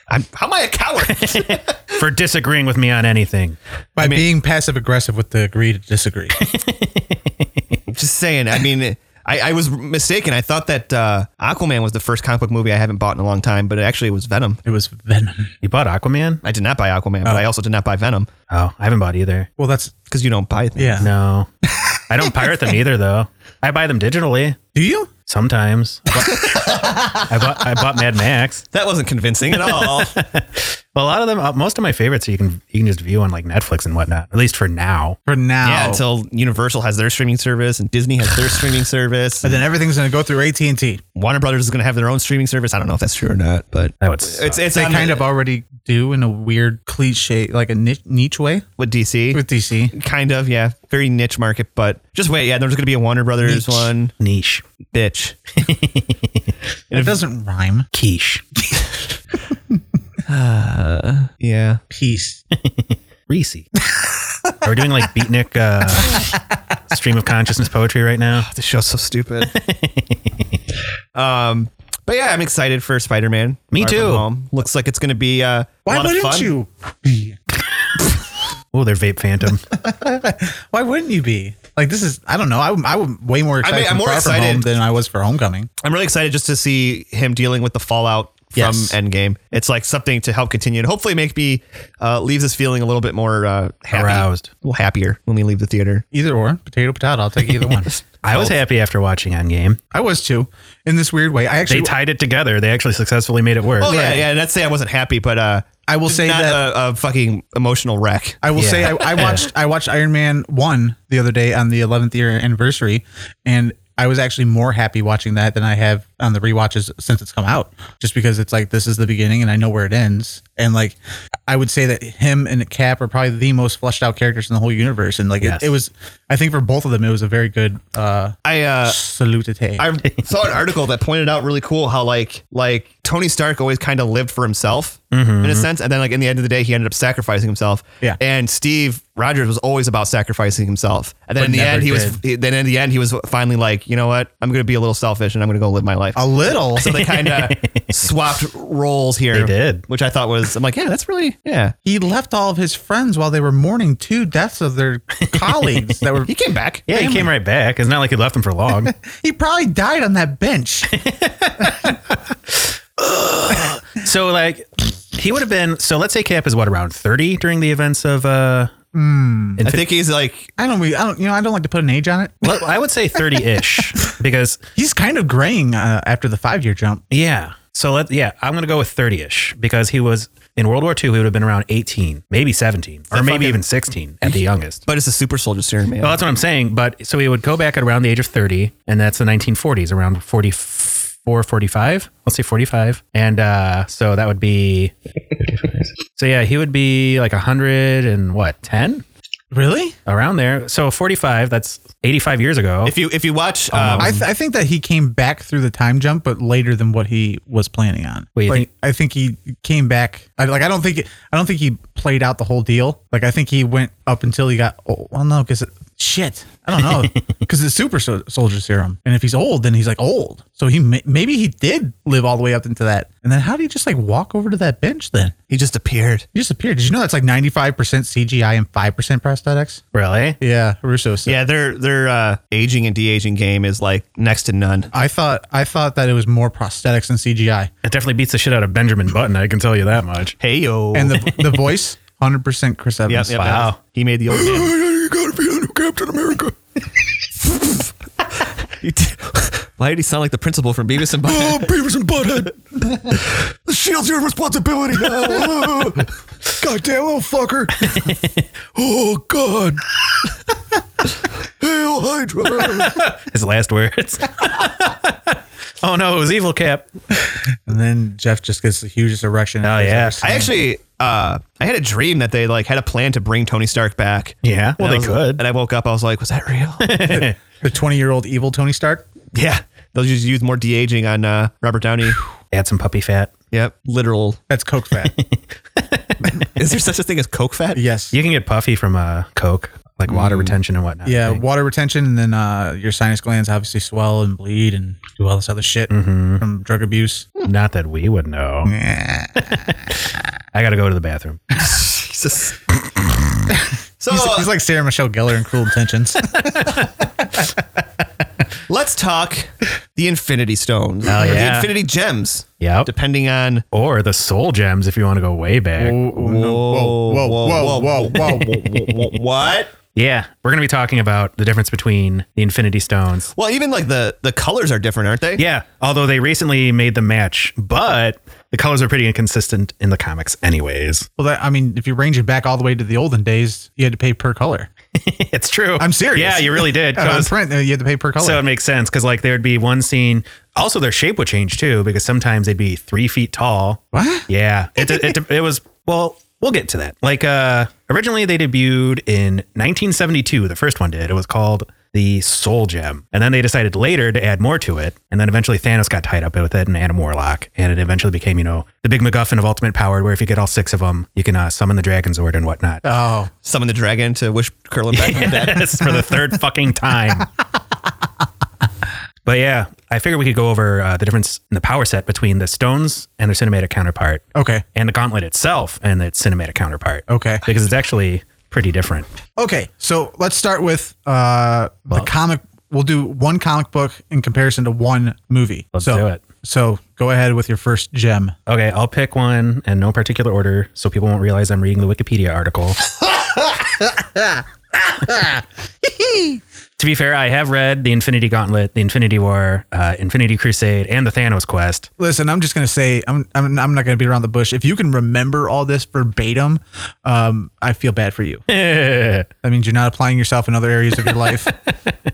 S1: I'm, how am I a coward?
S2: for disagreeing with me on anything.
S3: By being passive aggressive with the agree to disagree.
S1: (laughs) Just saying. I mean, I, I was mistaken. I thought that uh, Aquaman was the first comic book movie I haven't bought in a long time, but it actually was Venom.
S3: it was Venom.
S2: You bought Aquaman?
S1: I did not buy Aquaman, but I also did not buy Venom
S2: Oh, I haven't bought either.
S3: Well, that's,
S1: because you don't buy things.
S3: yeah.
S2: No, I don't pirate them either, though. I buy them digitally
S3: Do you?
S2: sometimes. I bought, I bought, I bought Mad Max.
S1: (laughs) That wasn't convincing at all.
S2: Well, a lot of them, uh, most of my favorites, you can you can just view on like Netflix and whatnot. At least for now.
S3: for now.
S1: Yeah, until Universal has their streaming service and Disney has their streaming service.
S3: and
S1: And
S3: then everything's going to go through AT and T.
S1: Warner Brothers is going to have their own streaming service. I don't know if that's true or not, but
S2: That would suck.
S1: it's it's
S3: They
S1: on
S3: kind
S1: the-
S3: of already do in a weird cliche, like a niche, niche way
S1: with DC.
S3: with DC.
S1: kind of, yeah, very niche market, but just wait. Yeah, there's going to be a Warner Brothers
S3: Niche.
S1: one.
S2: niche
S1: Bitch.
S3: It doesn't rhyme.
S2: quiche
S1: Yeah.
S3: Peace.
S2: Reese. Are we doing like beatnik uh, stream of consciousness poetry right now?
S1: This show's so stupid. (laughs) um, but yeah, I'm excited for Spider Man.
S2: Me too.
S1: Looks like it's going to be uh, a
S3: Why
S1: lot of
S3: wouldn't
S1: fun.
S3: you?
S2: Oh, they're vape phantom.
S3: Why wouldn't you be? Like this is I don't know. I am I'm way more excited
S1: I'm
S3: for
S1: more
S3: Far From
S1: excited-
S3: Home than I was for Homecoming.
S1: I'm really excited just to see him dealing with the fallout from
S3: Yes.
S1: Endgame. It's like something to help continue and hopefully make me uh, leave this feeling a little bit more uh, happy,
S2: Aroused.
S1: a little happier when we leave the theater.
S3: Either or, potato potato. I'll take
S1: (laughs)
S3: either one.
S2: I was happy after watching Endgame.
S3: I was too. In this weird way, I
S2: They
S3: actually
S2: tied it together. They actually successfully made it work.
S1: Oh yeah, yeah. Let's say I wasn't happy, but uh,
S3: I will say
S1: not
S3: that
S1: a, a fucking emotional wreck.
S3: I will
S2: Yeah.
S3: say I, (laughs) I watched I watched Iron Man one the other day on the 11th year anniversary, and I was actually more happy watching that than I have on the rewatches since it's come out. Just because it's like this is the beginning and I know where it ends, and like I would say that him and Cap are probably the most fleshed out characters in the whole universe, and like
S2: Yes.
S3: it, it was I think for both of them it was a very good uh,
S1: I uh,
S3: salute.
S1: I saw an article that pointed out really cool how like like Tony Stark always kind of lived for himself in a sense, and then like in the end of the day, he ended up sacrificing himself.
S3: Yeah.
S1: And Steve Rogers was always about sacrificing himself, and then
S3: But
S1: in the
S3: never
S1: end, he was
S3: did.
S1: he- then in the end he was finally like, you know what, I'm gonna be a little selfish and I'm gonna go live my life.
S3: A little. (laughs)
S1: so they kind of swapped roles here.
S2: They did.
S1: which I thought was I'm like, yeah, that's really yeah.
S3: He left all of his friends while they were mourning two deaths of (laughs) their colleagues that were.
S1: He came back.
S2: Yeah, he came right back. It's not like he left them for long.
S3: He probably died on that bench.
S2: (laughs) so like he would have been so let's say Cap is what around 30 during the events of uh
S1: I think he's like
S3: I don't. I don't. You know. I don't like to put an age on it.
S2: well, I would say (laughs) 30-ish because
S3: He's kind of graying uh, after the five year jump.
S2: yeah. So let yeah, I'm going to go with 30-ish because he was in World War II he would have been around 18, maybe 17 or maybe even 16 at the youngest.
S1: But it's a super soldier serum, man.
S2: Well, that's what I'm saying. But so he would go back at around the age of 30, and that's the 1940s, around 44, 45. Let's say 45. And uh, so that would be. so yeah, he would be like 100 and what, 10?
S3: Really?
S2: Around there. So 45, that's 85 years ago.
S1: if you if you watch, um,
S3: I, th- I think that he came back through the time jump, but later than what he was planning on.
S2: Wait, you
S3: like,
S2: think-
S3: I think he came back. I, like I don't think I don't think he played out the whole deal. Like I think he went up until he got. Oh, well, no, because shit, I
S2: (laughs)
S3: don't know, because it's super so- soldier serum, and if he's old, then he's like old. So he may- maybe he did live all the way up into that, and then how do you just like walk over to that bench then?
S1: he just appeared.
S3: He just appeared. Did you know that's like ninety five percent CGI and five percent prosthetics?
S2: really?
S3: Yeah, Russo said.
S1: Yeah, their their uh, aging and de aging game is like next to none.
S3: I thought I thought that it was more prosthetics than CGI.
S2: It definitely beats the shit out of Benjamin Button, I can tell you that much.
S1: Hey yo, (laughs)
S3: And the (laughs) the voice, hundred percent Chris Evans.
S2: Wow.
S1: he made the old man.
S2: Oh, You gotta be the new Captain America.
S1: (laughs) He did- Why did he sound like the principal from Beavis and
S3: (laughs)
S1: Butthead?
S2: Oh, Beavis and Butthead.
S1: the (laughs) shield's your responsibility (laughs) now.
S2: Goddamn little fucker.
S3: (laughs)
S2: oh, God.
S1: Hail Hydra.
S2: His last words. (laughs) oh, no, it was Evil Cap. (laughs)
S3: And then Jeff just gets the hugest erection.
S2: Oh,
S3: he's
S2: yeah.
S3: ever seen.
S1: I actually, uh, I had a dream that they like had a plan to bring Tony Stark back.
S2: Yeah.
S1: And
S2: Well,
S1: I
S2: they
S1: was-
S2: could.
S1: And I woke up, I was like, was that real? (laughs)
S3: the twenty year old evil Tony Stark.
S1: yeah, they'll just use more de aging on uh, Robert Downey.
S2: Add some puppy fat.
S1: Yep, literal.
S3: That's Coke (laughs) fat.
S1: Is there such a thing as Coke fat?
S3: yes.
S2: You can get puffy from uh, Coke, like water retention and whatnot. I
S3: Yeah,
S2: think.
S3: water retention, and then uh, your sinus glands obviously swell and bleed and do all this other shit from drug abuse.
S2: Not that we would (laughs) know. I got to go to the bathroom.
S1: (laughs) Jesus. (laughs) so uh,
S3: He's,
S2: Oh.
S3: he's like Sarah Michelle Gellar in Cruel Intentions.
S2: (laughs)
S1: Let's talk the Infinity Stones. Oh, The
S2: yeah.
S1: Infinity Gems.
S2: Yep.
S1: Depending on.
S2: Or the soul gems if you want to go way back.
S1: Whoa,
S3: Oh, whoa, whoa, whoa, whoa,
S1: whoa. What?
S2: Yeah. We're going to be talking about the difference between the Infinity Stones.
S1: Well, even like the the colors are different, aren't they?
S2: Yeah. Although they recently made the match, but the colors are pretty inconsistent in the comics, anyways.
S3: Well, that, I mean, if you range it back all the way to the olden days, you had to pay per color.
S2: (laughs) it's true.
S3: I'm serious.
S2: Yeah, you really (laughs) did.
S3: (laughs) On
S2: 'cause-
S3: print, uh, you had to pay per color.
S2: So it makes sense because like there would be one scene. Also, their shape would change too because sometimes they'd be three feet tall.
S3: What?
S2: Yeah. It it, it, it was well. We'll get to that. Like uh, originally they debuted in 1972. The first one did. It was called the Soul Gem, and then they decided later to add more to it. And then eventually Thanos got tied up with it and Adam Warlock, and it eventually became you know the big MacGuffin of Ultimate Power, where if you get all six of them, you can uh, summon the Dragon Zord and whatnot.
S3: oh,
S1: Summon the dragon to wish Curlin
S2: (laughs)
S1: back from death.
S2: Yes, for the third fucking time. but yeah, I figured we could go over uh, the difference in the power set between the stones and their cinematic counterpart,
S3: okay.
S2: and the gauntlet itself and its cinematic counterpart.
S3: Okay.
S2: because it's actually pretty different.
S3: Okay, so let's start with uh, the comic. We'll do one comic book in comparison to one movie.
S2: Let's
S3: so,
S2: do it.
S3: So go ahead with your first gem.
S2: Okay, I'll pick one in no particular order, so people won't realize I'm reading the Wikipedia article. to be fair, I have read the Infinity Gauntlet, the Infinity War, uh, Infinity Crusade, and the Thanos Quest.
S3: Listen, I'm just gonna say I'm I'm, I'm not gonna be around the bush. If you can remember all this verbatim, um, I feel bad
S2: (laughs)
S3: for you. that means you're not applying yourself in other areas of
S2: (laughs)
S3: your life,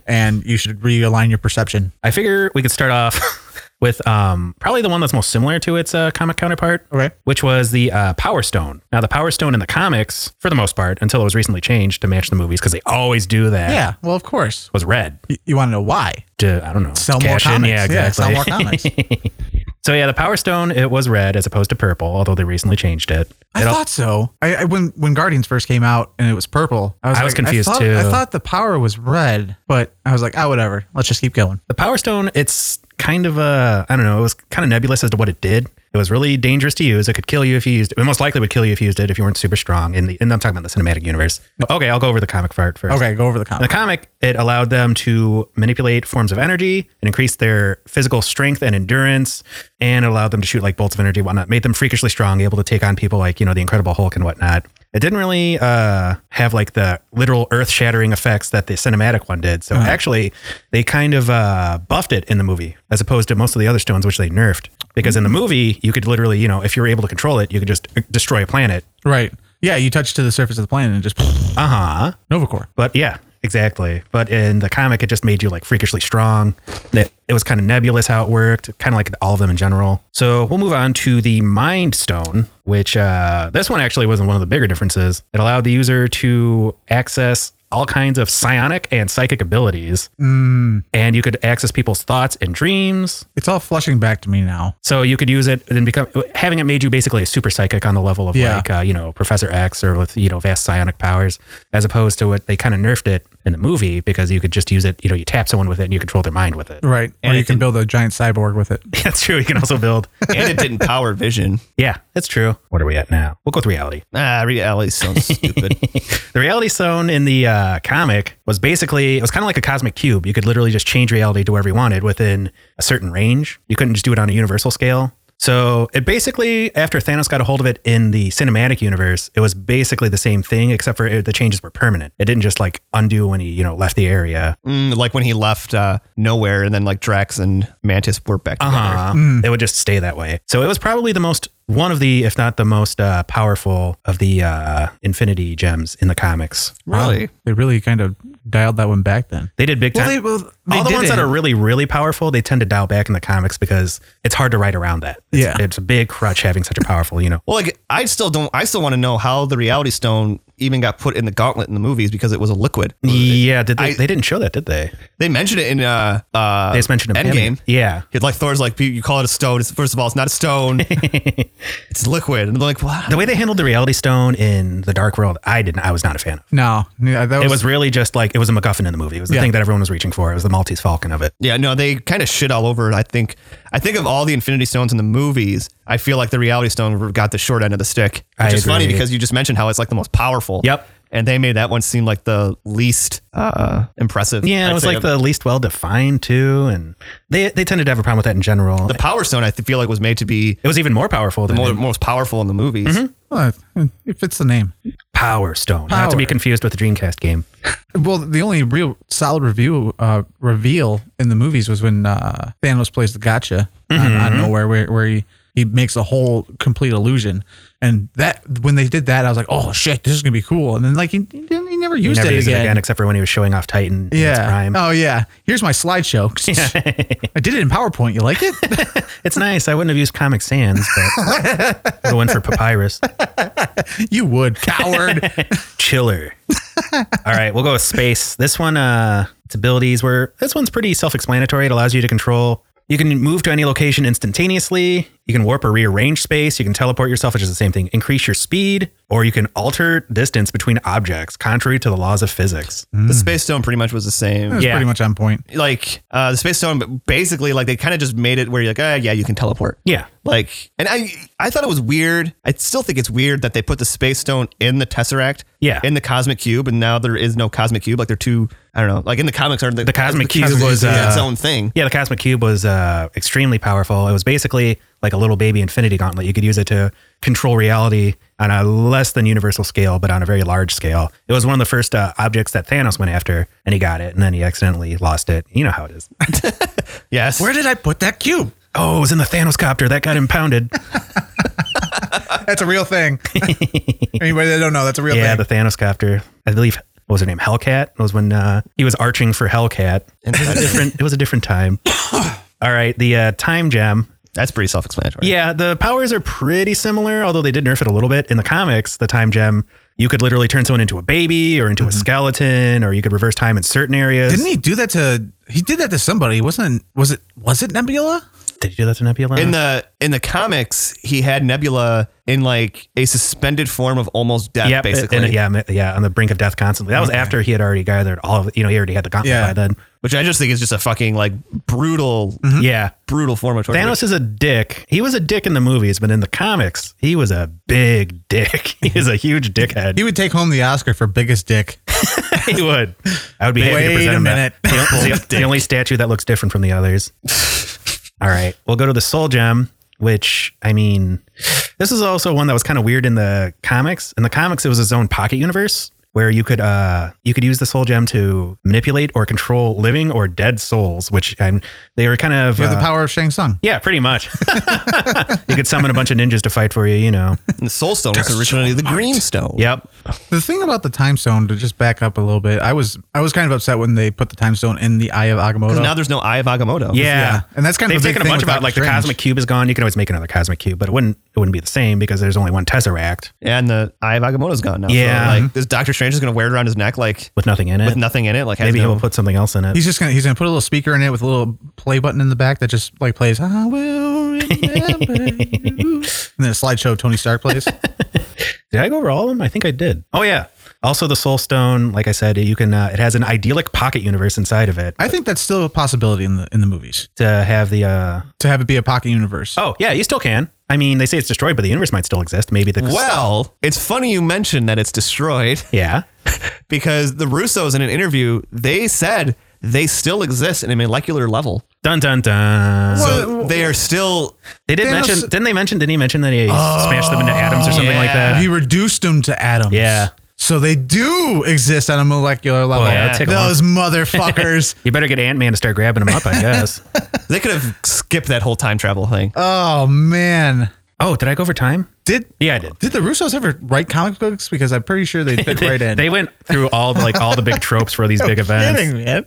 S3: and you should realign your perception.
S2: I figure we could start off (laughs) with um, probably the one that's most similar to its uh, comic counterpart,
S3: Okay.
S2: which was the uh, Power Stone. Now, the Power Stone in the comics, for the most part, until it was recently changed to match the movies, because they always do that.
S3: Yeah. Well, of course.
S2: Was red
S3: You, you want to know why?
S2: to, I don't know,
S3: Sell more
S2: cash in.
S3: comics.
S2: Yeah, exactly.
S3: sell more comics.
S2: (laughs) so, yeah, the Power Stone, it was red as opposed to purple, although they recently changed it.
S3: I
S2: It al-
S3: thought so. I, I when when Guardians first came out and it was purple, I was,
S2: I was
S3: like,
S2: confused
S3: thought-
S2: too.
S3: I thought the power was red, but I was like, ah, whatever. Let's just keep going.
S2: the Power Stone, it's kind of uh, I don't know, it was kind of nebulous as to what it did. It was really dangerous to use. It could kill you if you used it. It most likely would kill you if you used it if you weren't super strong. In the, and I'm talking about the cinematic universe. Okay, I'll go over the comic part first.
S3: Okay, go over the
S2: In the
S3: comic.
S2: comic, it allowed them to manipulate forms of energy and increase their physical strength and endurance, and allowed them to shoot like bolts of energy, and whatnot. Made them freakishly strong, able to take on people like you know the Incredible Hulk and whatnot. It didn't really uh, have like the literal earth-shattering effects that the cinematic one did. So actually, they kind of uh, buffed it in the movie, as opposed to most of the other stones, which they nerfed. Because in the movie, you could literally, you know, if you were able to control it, you could just uh, destroy a planet.
S3: Right. Yeah, you touch to the surface of the planet and just (laughs)
S2: Uh huh.
S3: Nova Corps.
S2: But yeah, exactly. But in the comic, it just made you like freakishly strong. That it was kind of nebulous how it worked, kind of like all of them in general. So we'll move on to the Mind Stone, which uh, this one actually wasn't one of the bigger differences. It allowed the user to access all kinds of psionic and psychic abilities, and you could access people's thoughts and dreams.
S3: It's all flushing back to me now.
S2: So you could use it and become having it made you basically a super psychic on the level of
S3: Yeah.
S2: like uh, you know Professor X or with you know vast psionic powers, as opposed to what they kind of nerfed it in the movie because you could just use it. You know, you tap someone with it and you control their mind with it.
S3: Right.
S1: And
S3: or you
S1: it
S3: can build a giant cyborg with it.
S2: (laughs) that's true. You can also
S3: (laughs)
S2: build.
S1: and it didn't power vision.
S2: yeah, that's true. What are we at now? We'll go with reality.
S1: Ah, reality sounds
S2: (laughs)
S1: stupid.
S2: The reality stone in the uh, comic was basically it was kind of like a cosmic cube. You could literally just change reality to wherever you wanted within a certain range. You couldn't just do it on a universal scale. So it basically, after Thanos got a hold of it in the cinematic universe, it was basically the same thing, except for it, the changes were permanent. It didn't just like undo when he you know left the area.
S1: Mm, like when he left uh, nowhere, and then like Drax and Mantis were back together.
S2: Uh,
S3: Mm.
S2: It would just stay that way. So it was probably the most one of the, if not the most uh, powerful of the uh, Infinity Gems in the comics.
S1: Really?
S3: They really kind of dialed that one back then.
S2: They did big time.
S3: Well, they, well, they
S2: all the ones that are
S3: didn't.
S2: really, really powerful, they tend to dial back in the comics because it's hard to write around that. It's,
S3: Yeah.
S2: it's a big crutch having
S3: (laughs)
S2: such a powerful, you know.
S1: Well, like I still don't. I still want to know how the Reality Stone even got put in the Gauntlet in the movies because it was a liquid.
S2: Yeah, did they?
S1: I-
S2: they didn't show that, did they?
S1: They mentioned it in uh uh
S2: They just mentioned a
S1: Endgame.
S2: Yeah,
S1: It's Like Thor's like you- you call it a stone. It's, first of all, it's not a stone.
S2: (laughs)
S1: it's liquid, and they're like, what?
S2: the way they handled the Reality Stone in the Dark World, I didn't. I was not a fan of.
S3: No. Yeah, that was,
S2: It was really just like it was a MacGuffin in the movie. It was the
S3: Yeah.
S2: thing that everyone was reaching for. It was the Maltese Falcon of it.
S1: Yeah, no, they kind of shit all over. it, I think I think of all the Infinity Stones in the movies, I feel like the Reality Stone got the short end of the stick, which
S2: I
S1: is funny
S2: agree.
S1: because you just mentioned how it's like the most powerful.
S2: Yep.
S1: And they made that one seem like the least uh, impressive.
S2: Yeah,
S1: I'd
S2: it was
S1: say,
S2: like
S1: of-
S2: the least well defined too, and they they tended to have a problem with that in general.
S1: the Power Stone. I th- feel like was made to be
S2: it was even more powerful than
S1: more, most powerful in the movies.
S2: Mm-hmm.
S3: Well, uh, it fits the name.
S2: Power Stone, not to be
S3: Power.
S2: confused with the Dreamcast game.
S3: Well, the only real solid review uh, Mm-hmm. reveal in the movies was when uh, Thanos plays the gotcha on, on nowhere, where where he he makes a whole complete illusion. And that when they did that, I was like, oh shit, this is gonna be cool. And then like he, he, didn't- he never used
S2: Never
S3: it,
S2: used
S3: again.
S2: it again, except for when he was showing off Titan. in its
S3: Yeah.
S2: prime.
S3: Oh yeah. Here's my slideshow. (laughs) I did it in PowerPoint. You like it? (laughs)
S2: It's nice. I wouldn't have used Comic Sans, but the one for Papyrus.
S3: you would,
S2: (laughs)
S3: coward.
S2: Chiller. All right, we'll go with space. This one, uh, its abilities were this one's pretty self-explanatory. It allows you to control. You can move to any location instantaneously. You can warp or rearrange space. You can teleport yourself, which is the same thing. Increase your speed, or you can alter distance between objects, contrary to the laws of physics.
S1: The space stone pretty much was the same.
S3: That's
S2: Yeah.
S3: pretty much on point.
S1: Like uh, the space stone, basically, like they kind of just made it where you're like, ah, yeah, you can teleport.
S2: Yeah,
S1: Like, and I, I thought it was weird. I still think it's weird that they put the space stone in the tesseract.
S2: Yeah.
S1: In the cosmic cube, and now there is no cosmic cube. Like they're two. I don't know. Like in the comics, are the,
S2: The cosmic cube was,
S1: is its
S2: uh,
S1: own thing.
S2: yeah. The cosmic cube was uh, extremely powerful. It was basically like a little baby infinity gauntlet. You could use it to control reality on a less than universal scale, but on a very large scale. It was one of the first uh, objects that Thanos went after, and he got it, and then he accidentally lost it. You know how it is.
S1: Yes.
S3: did I put that cube?
S2: (laughs) oh, it was in the Thanos copter that got impounded.
S3: That's a real thing. Anybody that don't know, that's a
S2: (laughs)
S3: real
S2: yeah,
S3: thing.
S2: the Thanos copter. I believe what was her name? Hellcat. It was when uh, he was arching for Hellcat. It was a different. It was a different time. All right, the uh, time gem
S1: That's pretty self-explanatory.
S2: Yeah, the powers are pretty similar, although they did nerf it a little bit. In the comics, the time gem, you could literally turn someone into a baby or into a skeleton, or you could reverse time in certain areas.
S3: Didn't he do that to? He did that to somebody. Wasn't was it? Was it Nebula?
S2: Did you do that to Nebula?
S1: In the in the comics, he had Nebula in like a suspended form of almost death,
S2: yeah,
S1: basically.
S2: yeah, ma- yeah, on the brink of death constantly. That was after he had already gathered all of, you know, he already had the gauntlet
S3: Yeah.
S2: by then.
S1: Which I just think is just a fucking like brutal,
S2: Yeah.
S1: brutal form of torture.
S2: Mm-hmm. Thanos is a dick. He was a dick in the movies, but in the comics, he was a big dick. (laughs) He was a huge dickhead.
S3: He would take home the Oscar for biggest dick.
S2: he would. I would be happy to
S3: Wait
S2: present
S3: a
S2: him that.
S3: minute.
S2: It's the, the only statue that looks different from the
S3: (laughs)
S2: others. All right, we'll go to the Soul Gem, which I mean, this is also one that was kind of weird in the comics. In the comics, it was its own pocket universe where you could uh you could use the Soul Gem to manipulate or control living or dead souls, which i they were kind of
S3: You have the
S2: uh,
S3: power of Shang Tsung.
S2: yeah, pretty much. (laughs) you could summon a bunch of ninjas to fight for you, you know.
S1: And the Soul Stone was originally the Green Stone.
S2: Yep.
S3: The thing about the time stone to just back up a little bit, I was I was kind of upset when they put the time stone in the Eye of Agamotto.
S1: Now there's no Eye of Agamotto.
S2: Yeah.
S3: And that's kind of
S2: they've
S3: a big
S2: taken a
S3: thing
S2: bunch
S3: with
S2: about
S3: Doctor
S2: like the
S3: Strange.
S2: cosmic cube is gone. You can always make another cosmic cube, but it wouldn't it wouldn't be the same because there's only one tesseract
S1: And the Eye of Agamotto's gone now. So,
S2: Yeah.
S1: like this Doctor Strange is gonna wear it around his neck like
S2: with nothing in it.
S1: with nothing in it. Like has
S2: Maybe
S1: no-
S2: he'll put something else in it.
S3: He's just gonna he's gonna put a little speaker in it with a little play button in the back that just like plays I will remember
S2: (laughs)
S3: you. and then a slideshow of Tony Stark plays.
S2: Did I go over all of them? I think I did. Oh yeah. Also, the Soul Stone, like I said, you can. Uh, it has an idyllic pocket universe inside of it
S3: I think that's still a possibility in the in the movies
S2: to have the. Uh,
S3: to have it be a pocket universe.
S2: oh yeah, you still can. I mean, they say it's destroyed, but the universe might still exist. Maybe
S1: (laughs)
S2: the.
S1: Well, it's funny you mentioned that it's destroyed (laughs)
S2: Yeah.
S1: because the Russos in an interview, they said they still exist in a molecular level.
S2: Dun dun dun.
S1: So they are still
S2: they did
S3: Thanos-
S2: mention, didn't they mention? Didn't he mention that he smashed them into atoms or something like
S1: yeah.
S2: that?
S3: He reduced them to atoms.
S2: Yeah. Oh,
S3: So they do exist on a molecular level.
S2: yeah, it'd take a long- (laughs)
S3: Those motherfuckers.
S2: You better get Ant Man to start grabbing them up, I guess.
S1: They could have skipped that whole time travel thing.
S3: oh man.
S2: oh, did I go over time?
S3: Did
S2: Yeah, I did.
S3: Did the Russos ever write comic books? Because I'm pretty sure they
S2: (laughs)
S3: fit right in.
S2: They went through all the, like all the big tropes for these
S3: (laughs)
S2: big events.
S3: kidding, man.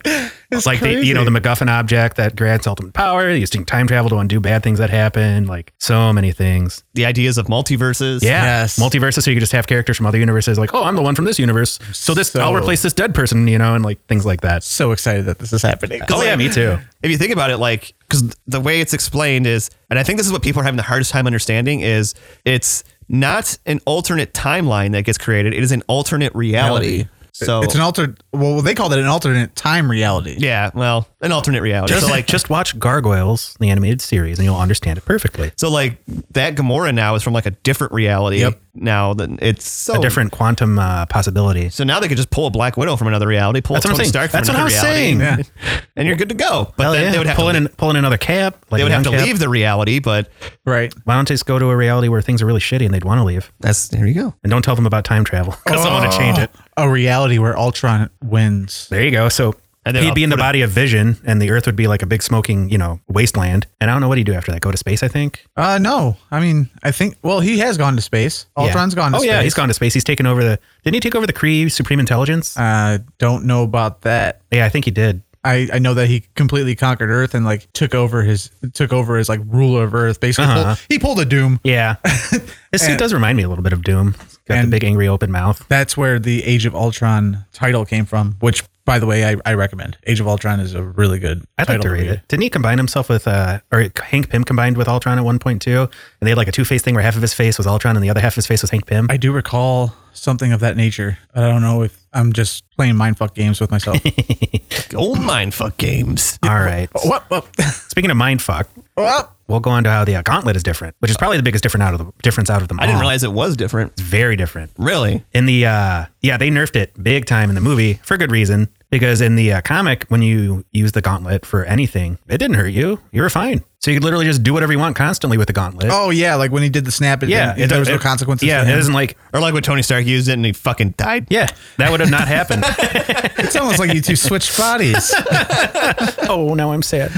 S3: It's
S2: like the you know the MacGuffin object that grants ultimate power, using time travel to undo bad things that happen, like so many things.
S1: the ideas of multiverses.
S2: Yeah,
S3: Yes.
S2: multiverses. So you could just have characters from other universes, like oh, I'm the one from this universe, so this I'll
S3: So-
S2: replace this dead person, you know, and like things like that.
S3: so excited that this is happening.
S2: Oh yeah, me too.
S1: If you think about it, like, because the way it's explained is, and I think this is what people are having the hardest time understanding is it's not an alternate timeline that gets created. It is an alternate reality. So
S3: it's an altered. Well, they called it an alternate time reality.
S1: yeah, well, an alternate reality. (laughs)
S2: Just
S1: so
S2: like
S1: like,
S2: just watch Gargoyles, the animated series, and you'll understand it perfectly.
S1: so like that Gamora now is from like a different reality.
S3: Yep.
S1: Now then it's so
S2: A different quantum uh, possibility.
S1: So now they could just pull a Black Widow from another reality, pull
S2: That's
S1: a
S2: what I'm
S1: Tony
S2: saying.
S1: Stark from
S2: That's what
S1: another
S2: I was
S1: reality,
S2: saying. (laughs)
S1: and, and you're good to go. But
S2: Hell
S1: then
S2: yeah,
S1: they would have
S2: pull
S1: to,
S2: in, pull in another cab. Like
S1: they would
S2: a
S1: have to
S2: young cab.
S1: leave the reality. But
S3: Right.
S2: Why don't they just go to a reality where things are really shitty and they'd want to leave?
S1: that's there you go.
S2: And don't tell them about time travel because I want to change it.
S3: A reality where Ultron wins.
S2: (laughs) There you go. So
S1: And
S2: He'd be in the
S1: put it-
S2: body of Vision, and the Earth would be like a big smoking, you know, wasteland. And I don't know what he'd do after that. Go to space, I think.
S3: Uh, no, I mean, I think. Well, he has gone to space. Ultron's
S2: Yeah.
S3: gone to
S2: oh
S3: space.
S2: yeah, he's gone to space. He's taken over the. Didn't he take over the Kree Supreme Intelligence?
S3: Uh, don't know about that.
S2: yeah, I think he did.
S3: I, I know that he completely conquered Earth and like took over his took over as like ruler of Earth. Basically,
S2: Uh-huh.
S3: he pulled a Doom. (laughs)
S2: Yeah, his suit
S3: And-
S2: does remind me a little bit of Doom. It's got
S3: and-
S2: the big angry open mouth.
S3: That's where the Age of Ultron title came from. Which, by the way, I, I recommend. Age of Ultron is a really good.
S2: I'd like
S3: title
S2: to read
S3: read.
S2: it. Didn't he combine himself with, uh, or Hank Pym combined with Ultron at one point too? And they had like a two face thing where half of his face was Ultron and the other half of his face was Hank Pym.
S3: I do recall something of that nature, but I don't know if I'm just playing mindfuck games
S2: (laughs)
S3: with myself.
S1: Gold mine fuck games.
S2: All right.
S1: Oh.
S3: what? What?
S2: Speaking of mindfuck,
S3: what?
S2: we'll go on to how the uh, gauntlet is different, which is probably the biggest different out of the difference out of them.
S1: I didn't
S2: all.
S1: realize it was different.
S2: it's very different.
S1: Really?
S2: In the uh, yeah, they nerfed it big time in the movie for good reason because in the uh, comic, when you use the gauntlet for anything, it didn't hurt you. You were fine, so you could literally just do whatever you want constantly with the gauntlet.
S3: Oh yeah, like when he did the snap, it
S2: yeah,
S3: yeah,
S2: it-
S3: there was no
S2: it-
S3: consequences.
S2: Yeah,
S3: to
S2: it
S3: him.
S2: isn't like
S1: Or like when Tony Stark used it and he fucking died?
S2: yeah, that would have not
S3: (laughs)
S2: happened.
S3: It's almost like you two
S2: (laughs)
S3: switched bodies.
S2: oh, now I'm sad.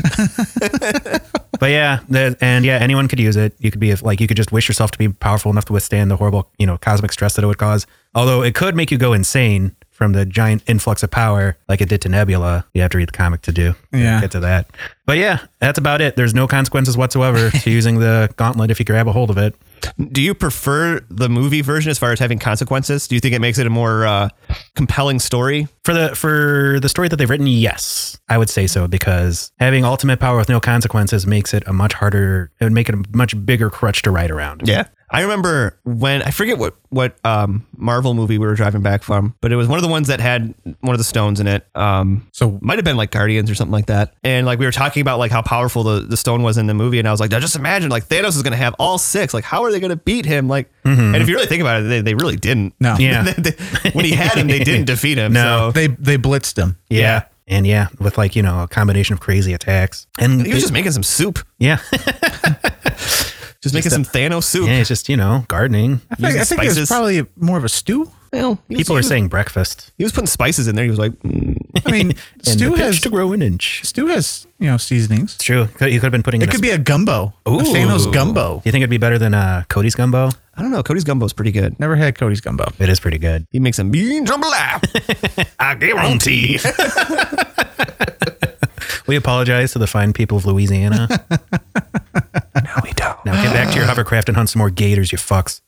S2: (laughs) but yeah, the, and yeah, anyone could use it. You could be like, you could just wish yourself to be powerful enough to withstand the horrible, you know, cosmic stress that it would cause. Although it could make you go insane from the giant influx of power, like it did to Nebula. You have to read the comic to do.
S3: Yeah.
S2: Get to that. But yeah, that's about it. There's no consequences whatsoever to using the gauntlet if you grab a hold of it.
S1: Do you prefer the movie version as far as having consequences? Do you think it makes it a more uh, compelling story?
S2: For the for the story that they've written, yes, I would say so because having ultimate power with no consequences makes it a much harder. It would make it a much bigger crutch to ride around.
S1: Yeah. I remember when I forget what what um, Marvel movie we were driving back from, but it was one of the ones that had one of the stones in it. Um,
S3: So-
S1: might have been like Guardians or something like that. And like we were talking about like how powerful the, the stone was in the movie, and I was like, now just imagine like Thanos is gonna have all six. Like how are they gonna beat him? Like, and
S2: Mm-hmm.
S1: if you really think about it, they, they really didn't.
S3: No.
S2: Yeah.
S1: (laughs) They- they- when he had him, they didn't
S2: (laughs)
S1: defeat him.
S2: No.
S1: so.
S3: they they blitzed him.
S2: Yeah. And yeah, with like, you know, a combination of crazy attacks. And
S1: he was just making some soup,
S2: yeah. (laughs)
S1: just making some Thanos soup.
S2: yeah, it's just, you know, gardening.
S3: I,
S1: Using
S3: I think it's
S1: spices.
S3: probably more of a stew.
S1: Well, he was-
S2: People
S1: he
S2: are
S1: was-
S2: saying breakfast.
S1: he was putting spices in there. He was like, mm,
S2: (laughs)
S3: I mean,
S2: And the
S3: stew
S2: pitch
S3: has
S2: to grow an inch. It's
S3: stew has you know seasonings.
S2: true. You could have been putting
S3: It could be a gumbo. Ooh. Thanos gumbo.
S2: Do you think it'd be better than uh, Cody's gumbo?
S1: I don't know. Cody's gumbo's pretty good.
S3: Never had Cody's gumbo.
S2: It is pretty good.
S1: He makes a mean jambalaya.
S2: I guarantee. (laughs) we apologize to the fine people of Louisiana.
S1: no, we don't.
S2: Now get back to your hovercraft and hunt some more gators, you fucks.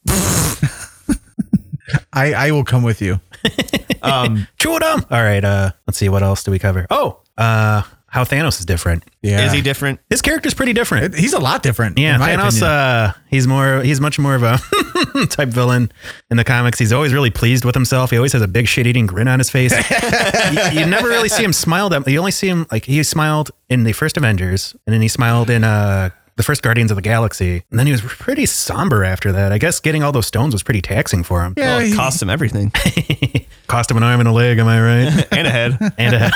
S3: I I will come with you.
S2: Chew it up. All right. Uh, let's see. What else do we cover? Oh, uh, how Thanos is different.
S3: Yeah,
S1: Is he different?
S2: His character's pretty different.
S3: It- He's a lot different.
S2: Yeah,
S3: in my
S2: Thanos.
S3: opinion.
S2: Uh, he's more. He's much more of a (laughs) type villain in the comics. He's always really pleased with himself. He always has a big shit-eating grin on his
S3: (laughs)
S2: face. you, you never really see him smile. That you only see him like he smiled in the first Avengers, and then he smiled in uh the first Guardians of the Galaxy, and then he was pretty somber after that. I guess getting all those stones was pretty taxing for him.
S3: yeah,
S1: Well, it
S3: he-
S1: cost him
S2: (laughs)
S1: everything
S2: Cost him an arm and a leg. Am I
S3: (laughs)
S2: right?
S1: and a head.
S2: and a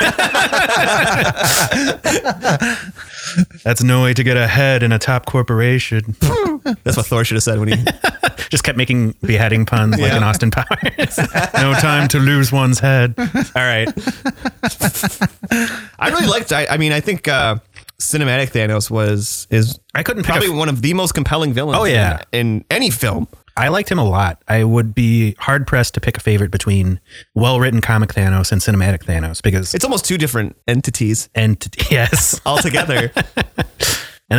S3: (laughs)
S2: That's no way to get ahead in a top corporation.
S1: That's what Thor should have said when he.
S2: just kept making beheading puns like
S1: Yeah.
S2: in
S1: (laughs)
S2: Austin Powers. no time to lose one's head.
S1: All right. (laughs) I really liked. I, I mean, I think uh, cinematic Thanos was is
S2: I couldn't pick
S1: probably
S2: a-
S1: one of the most compelling villains.
S2: Oh, yeah.
S1: in, in any film.
S2: I liked him a lot. I would be hard pressed to pick a favorite between well written comic Thanos and cinematic Thanos because
S1: It's almost two different entities
S2: and (laughs) yes,
S1: altogether.
S2: and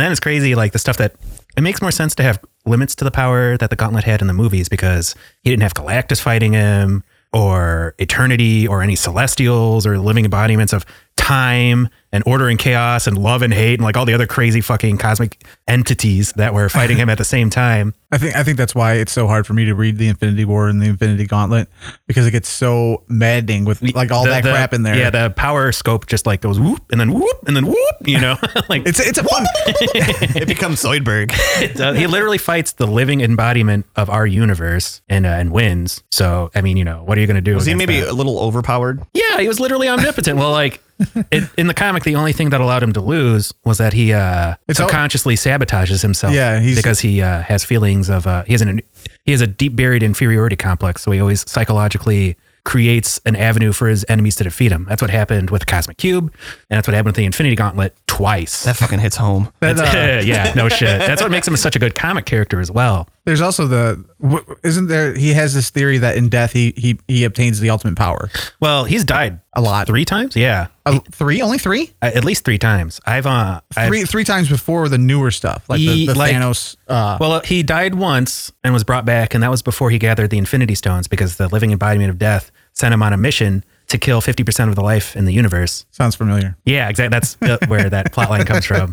S2: then it's crazy like the stuff that it makes more sense to have limits to the power that the Gauntlet had in the movies because he didn't have Galactus fighting him or eternity or any celestials or living embodiments of time and order and chaos and love and hate and like all the other crazy fucking cosmic entities that were fighting him at the same time.
S3: I think I think that's why it's so hard for me to read the Infinity War and the Infinity Gauntlet because it gets so maddening with like (laughs) all
S2: the-
S3: that
S2: the-
S3: crap in there.
S2: Yeah, the power scope just like goes whoop and then whoop and then whoop. You know, (laughs) like
S3: it's it's a fun. (laughs)
S1: it becomes Zoidberg.
S2: uh, he literally fights the living embodiment of our universe and uh, and wins. So I mean, you know, what are you going to do?
S1: Was he
S2: against
S1: maybe
S2: that?
S1: a little overpowered?
S2: Yeah, he was literally omnipotent. well, like. It, in the comic, the only thing that allowed him to lose was that he uh,
S3: It's all-
S2: subconsciously sabotages himself.
S3: Yeah, he's-
S2: because he uh, has feelings of uh, he has an he has a deep buried inferiority complex, so he always psychologically creates an avenue for his enemies to defeat him. That's what happened with Cosmic Cube, and that's what happened with the Infinity Gauntlet twice.
S1: That fucking hits home.
S3: That, uh,
S2: That's- yeah, no shit. That's what makes him such a good comic character as well.
S3: there's also the w- isn't there? He has this theory that in death he he he obtains the ultimate power.
S2: Well, he's died
S3: A lot.
S2: three times. Yeah,
S3: Uh, three, only three,
S2: Uh, at least three times. I've uh, I've-
S3: three, three times before the newer stuff, like
S2: He-
S3: the, the
S2: like-
S3: Thanos. Uh,
S2: well, he died once and was brought back, and that was before he gathered the Infinity Stones because the living embodiment of death sent him on a mission to kill fifty percent of the life in the universe.
S3: sounds familiar.
S2: Yeah, exactly. That's uh, where that plot line comes from.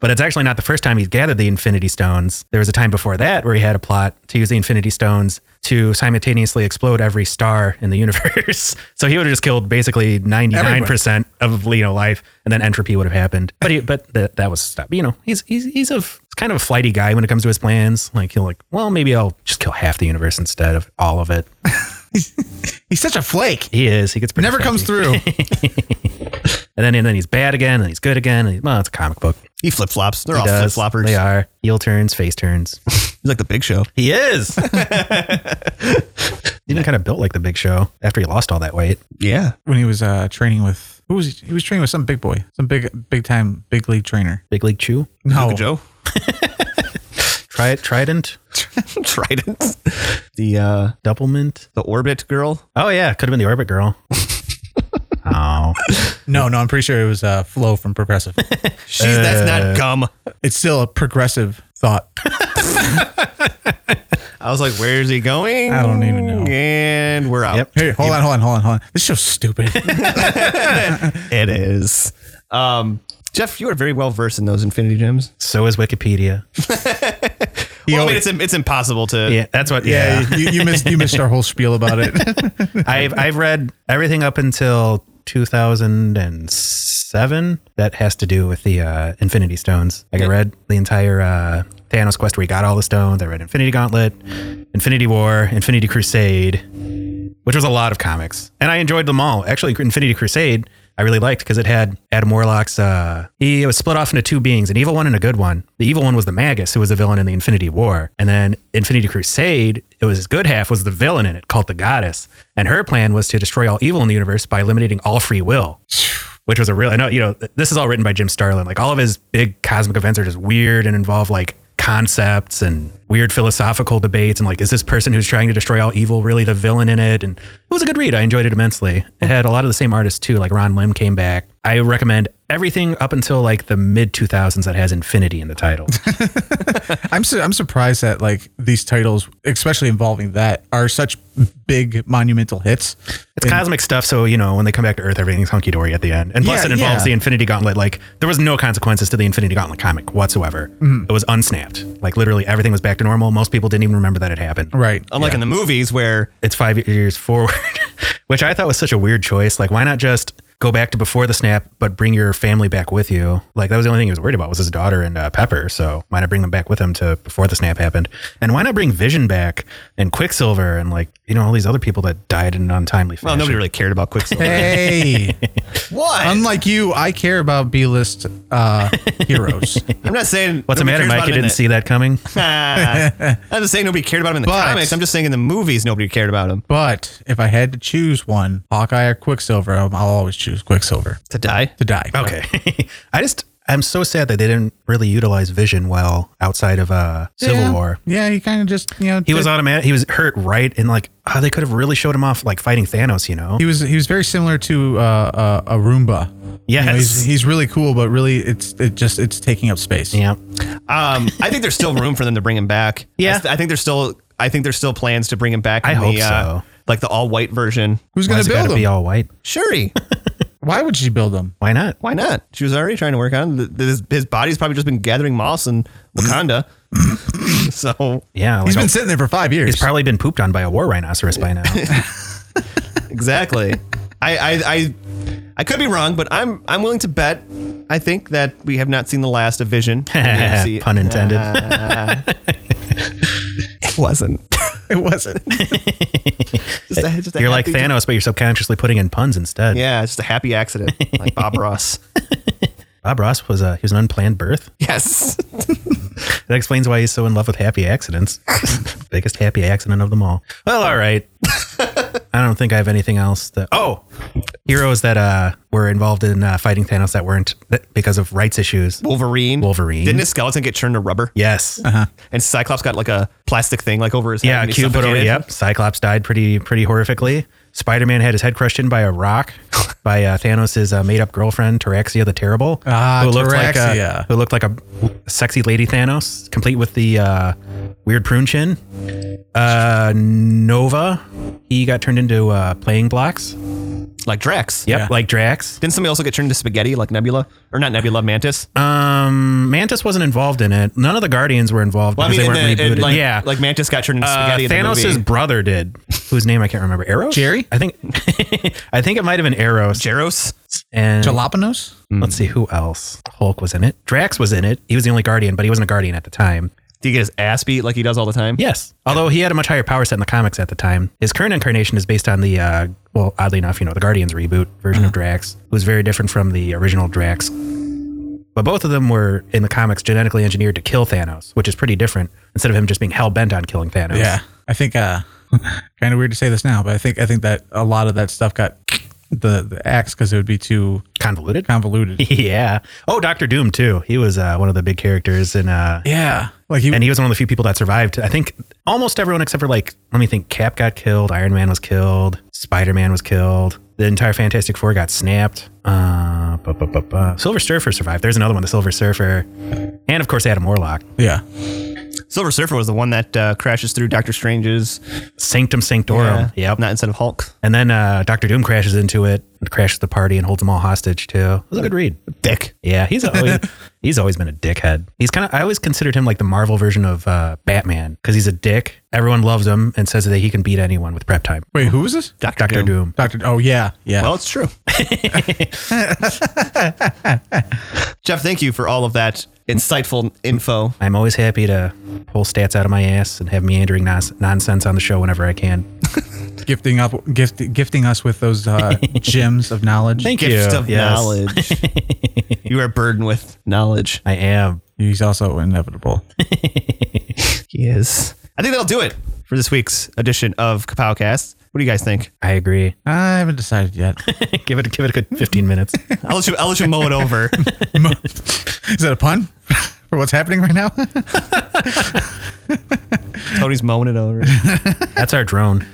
S2: But it's actually not the first time he's gathered the Infinity Stones. There was a time before that where he had a plot to use the Infinity Stones to simultaneously explode every star in the (laughs) universe. so he would have just killed basically 99% of you know life and then entropy would have happened. But he, but that that was stuff. You know, he's he's he's a f- kind of a flighty guy when it comes to his plans. Like he'll like, well, maybe I'll just kill half the universe instead of all of it.
S3: He's such a flake.
S2: He is. He gets pretty
S3: Never comes
S2: flighty.
S3: through.
S2: (laughs) And then and then he's bad again and he's good again. And he, well, it's a comic book.
S1: He flip flops. They're
S2: He
S1: all flip
S2: does.
S1: floppers.
S2: They
S1: He's
S2: are heel turns, face turns.
S1: like the big show.
S2: He is. (laughs) Even kind of built like the Big Show after he lost all that weight.
S1: Yeah.
S3: When he was uh, training with who was he? He was training with some big boy, some big big time big league trainer.
S2: Big League Chew.
S3: Oh.
S1: Luka Joe. (laughs)
S2: Try it. Trident.
S1: Trident. The uh
S2: Doublemint.
S1: the orbit girl.
S2: Oh yeah, could have been the Orbit (laughs) Girl. oh,
S3: No, no, I'm pretty sure it was uh, Flo from Progressive.
S1: She's that's not gum.
S3: it's still a progressive thought.
S1: I was like, where's he going?
S3: I don't even know.
S1: And we're out.
S2: Yep.
S3: (laughs) Hey, hold on, hold on, hold on, hold on. This show's (laughs) stupid.
S1: It is. Um Jeff, you are very well versed in those infinity gems.
S2: so is Wikipedia.
S1: Well, I mean,
S3: always-
S1: it's im- it's impossible to.
S2: Yeah, that's what.
S3: yeah,
S2: Yeah,
S3: You, you missed you missed our whole spiel about it. (laughs)
S2: I've I've read everything up until 2007 that has to do with the uh, Infinity Stones. Like I read the entire uh, Thanos quest where he got all the stones. I read Infinity Gauntlet, Infinity War, Infinity Crusade, which was a lot of comics, and I enjoyed them all. Actually, Infinity Crusade I really liked because it had Adam Warlock's. Uh, he was split off into two beings, an evil one and a good one. The evil one was the Magus, who was the villain in the Infinity War, and then Infinity Crusade. It was his good half was the villain in it, called the Goddess, and her plan was to destroy all evil in the universe by eliminating all free will. Which was a real, I know, you know, th- this is all written by Jim Starlin. Like all of his big cosmic events are just weird and involve like concepts and weird philosophical debates and like is this person who's trying to destroy all evil really the villain in it and it was a good read i enjoyed it immensely it had a lot of the same artists too like ron lim came back i recommend everything up until like the mid 2000s that has infinity in the title
S3: I'm su- I'm surprised that like these titles, especially involving that, are such big monumental hits.
S2: it's cosmic stuff so you know when they come back to earth everything's hunky-dory at the end and plus
S3: Yeah,
S2: it involves
S3: yeah.
S2: the infinity gauntlet like there was no consequences to the infinity gauntlet comic whatsoever it was unsnapped like literally everything was back to normal most people didn't even remember that it happened
S3: Right.
S1: Unlike in the movies where
S2: it's five years forward, (laughs) which I thought was such a weird choice. Like, why not just go back to before the snap, but bring your family back with you? Like, that was the only thing he was worried about was his daughter and uh, Pepper. So why not bring them back with him to before the snap happened? And why not bring Vision back and Quicksilver and like you know all these other people that died in an untimely fashion?
S1: well oh, nobody really cared about Quicksilver.
S3: (laughs) (laughs) Hey,
S1: what?
S3: unlike you, I care about B-list uh, (laughs) heroes.
S1: I'm not saying
S2: What's the matter, Mike? You didn't see that (laughs) coming.
S1: I'm just saying nobody cared about him in the
S3: But-
S1: comics. I'm just saying in the movies nobody cared about him.
S3: But if I had to choose one, Hawkeye or Quicksilver, I'll I'll always choose Quicksilver
S1: To die.
S3: to die.
S2: Okay, (laughs) I just. I'm so sad that they didn't really utilize Vision well outside of uh, Civil
S3: Yeah.
S2: War.
S3: Yeah, he kind of just you know
S2: He was
S3: did-
S2: automatic. He was hurt right, and like oh, they could have really showed him off, like fighting Thanos. You know,
S3: he was he was very similar to uh, uh, a Roomba. You know,
S2: Yes.
S3: he's, he's really cool, but really it's it just it's taking up space.
S2: Yeah.
S1: Um, I think there's still room for them to bring him back.
S2: Yeah.
S1: I, th- I think there's still I think there's still plans to bring him back.
S2: I
S1: in
S2: hope
S1: the, uh,
S2: so.
S1: Like the all white version.
S3: Who's
S2: Why
S3: gonna
S2: does it gotta
S3: build him?
S2: be all white?
S1: Shuri.
S3: Why would she build him?
S2: Why not?
S1: Why not? (laughs) She was already trying to work on it. Th- His, his body's probably just been gathering moss in (laughs) Wakanda. so
S2: Yeah. Like
S3: He's been
S2: a-
S3: sitting there for five years.
S2: he's probably been pooped on by a war rhinoceros by (laughs) now. (laughs)
S1: exactly. I, I I I could be wrong, but I'm I'm willing to bet. I think that we have not seen the last of
S2: (laughs)
S1: Vision. in the MCU.
S2: Pun intended. (laughs)
S1: It wasn't.
S3: (laughs) it (laughs) wasn't.
S1: Just a- just a
S2: you're like
S1: happy-
S2: Thanos, but you're subconsciously putting in puns instead.
S1: (laughs) Yeah, it's just a happy accident, like
S2: (laughs)
S1: Bob Ross.
S2: Bob Ross was a he was an unplanned birth.
S1: Yes.
S2: That explains why he's so in love with happy accidents. Biggest happy accident of them all. Well, all right. I don't think I have anything else that
S1: Oh,
S2: heroes that uh were involved in uh, fighting Thanos that weren't that, because of rights issues.
S1: Wolverine.
S2: Wolverine.
S1: Didn't his skeleton get turned to rubber?
S2: Yes.
S1: And Cyclops got like a plastic thing like over his head.
S2: Yeah,
S1: and he
S2: Cube put over.
S1: suffocated.
S2: Yep. Cyclops died pretty pretty horrifically. Spider Man had his head crushed in by
S1: (laughs)
S2: a rock by uh, Thanos' uh, made up girlfriend Taraxia the Terrible,
S3: Ah,
S2: like a,
S3: Taraxia.
S2: who looked like a sexy lady Thanos, complete with the uh, weird prune chin. Uh, Nova, he got turned into uh, playing blocks. Yep,
S1: Like Drax.
S3: Yeah.
S2: like Drax.
S1: Didn't somebody also get turned into spaghetti like Nebula? Or not Nebula, Mantis?
S2: Um, Mantis wasn't involved in it. None of the Guardians were involved
S1: Well,
S2: because
S1: in
S2: they weren't
S1: the-
S2: rebooted.
S1: in, like,
S2: yeah,
S1: Like Mantis got turned into
S2: Uh,
S1: spaghetti in the
S2: Thanos'
S1: movie.
S2: brother did, whose name I can't remember. Eros,
S3: Jerry?
S2: I think, (laughs) I think it might have been Eros.
S1: Jaros?
S2: and
S3: Jalapenos?
S2: let's
S1: Hmm.
S2: see who else. Hulk was in it. Drax was in it. He was the only Guardian, but he wasn't a Guardian at the time.
S1: Did he get his ass beat like he does all the time?
S2: Yes, although he had a much higher power set in the comics at the time. His current incarnation is based on the, uh, well, oddly enough, you know, the Guardians reboot version
S1: Uh-huh.
S2: of Drax, who's very different from the original Drax. But both of them were in the comics genetically engineered to kill Thanos, which is pretty different. Instead of him just being hell bent on killing Thanos.
S3: Yeah. I think uh (laughs) kind of weird to say this now, but I think I think that a lot of that stuff got the, the axe because it would be too
S2: convoluted.
S3: convoluted.
S2: Yeah. Oh, Doctor Doom too. He was uh, one of the big characters, and uh,
S3: Yeah. Like he
S2: and he was one of the few people that survived. I think almost everyone except for like let me think. Cap got killed. Iron Man was killed. Spider Man was killed. The entire Fantastic Four got snapped. Uh, bu- bu- bu- bu- Silver Surfer survived. There's another one, the Silver Surfer, and of course Adam Warlock.
S3: Yeah.
S1: Silver Surfer was the one that uh, crashes through Doctor Strange's.
S2: Sanctum Sanctorum.
S1: Yeah.
S2: Yep.
S1: Not instead of Hulk.
S2: And then uh, Doctor Doom crashes into it, crashes the party, and holds them all hostage too. It was a good read.
S1: Dick.
S2: Yeah, he's (laughs) always he's always been a dickhead. He's kind of I always considered him like the Marvel version of uh, Batman because he's a dick. Everyone loves him and says that he can beat anyone with prep time.
S3: Wait, who was this?
S1: Doctor
S2: Doctor
S1: Doom.
S2: Doom.
S3: Doctor Oh yeah. Yeah.
S1: Well, it's (laughs) true. Jeff, thank you for all of that insightful info.
S2: I'm always happy to pull stats out of my ass and have meandering nos- nonsense on the show whenever I can.
S3: gifting up gift, gifting us with those
S2: (laughs)
S3: uh, gems of knowledge.
S2: Thank
S1: Gift
S2: you.
S1: of
S2: Yes.
S1: knowledge. (laughs) you are burdened with knowledge.
S2: I am.
S3: He's also inevitable.
S1: He is. I think that'll do it for this week's edition of Kapowcast. What do you guys think?
S2: I agree.
S3: I haven't decided (laughs) yet.
S2: (laughs) give it give it (laughs) a good 15 minutes.
S1: I'll let you, I'll let you mull it over.
S3: Is that a pun (laughs) for what's happening right (laughs) now?
S1: (laughs) Tony's mowing it over.
S2: That's our drone.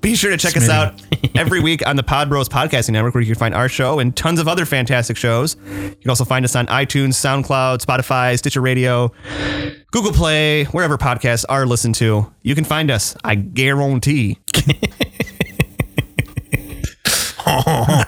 S1: Be sure to check us out
S3: (laughs)
S1: every week on the Pod Bros Podcasting Network, where you can find our show and tons of other fantastic shows. You can also find us on iTunes, SoundCloud, Spotify, Stitcher Radio, Google Play, wherever podcasts are listened to. You can find us, I guarantee.
S3: (laughs)
S1: oh.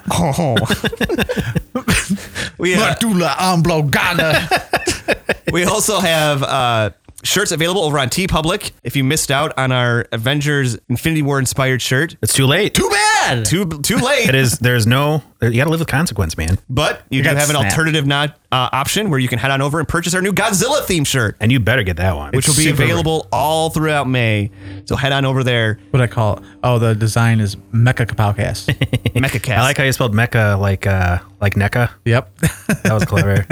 S1: we, uh,
S3: Matula amblogana.
S1: we also have uh, shirts available over on T Public. If you missed out on our Avengers Infinity War inspired shirt,
S2: It's too late.
S3: (laughs) Too bad.
S1: too too late.
S3: (laughs)
S2: It is. There's no. You got to live with consequence, man.
S1: But you do
S3: got
S1: have an
S3: snapped.
S1: alternative not uh, option where you can head on over and purchase our new Godzilla theme shirt,
S2: And you better get that one.
S1: which will be
S3: super
S1: available all throughout May. So head on over there,
S3: What I call it? Oh, the design is Mecha (laughs) Kapowcast.
S1: MechaCast.
S2: (laughs) I like how you spelled Mecca like uh like NECA.
S3: yep.
S2: That was (laughs) clever.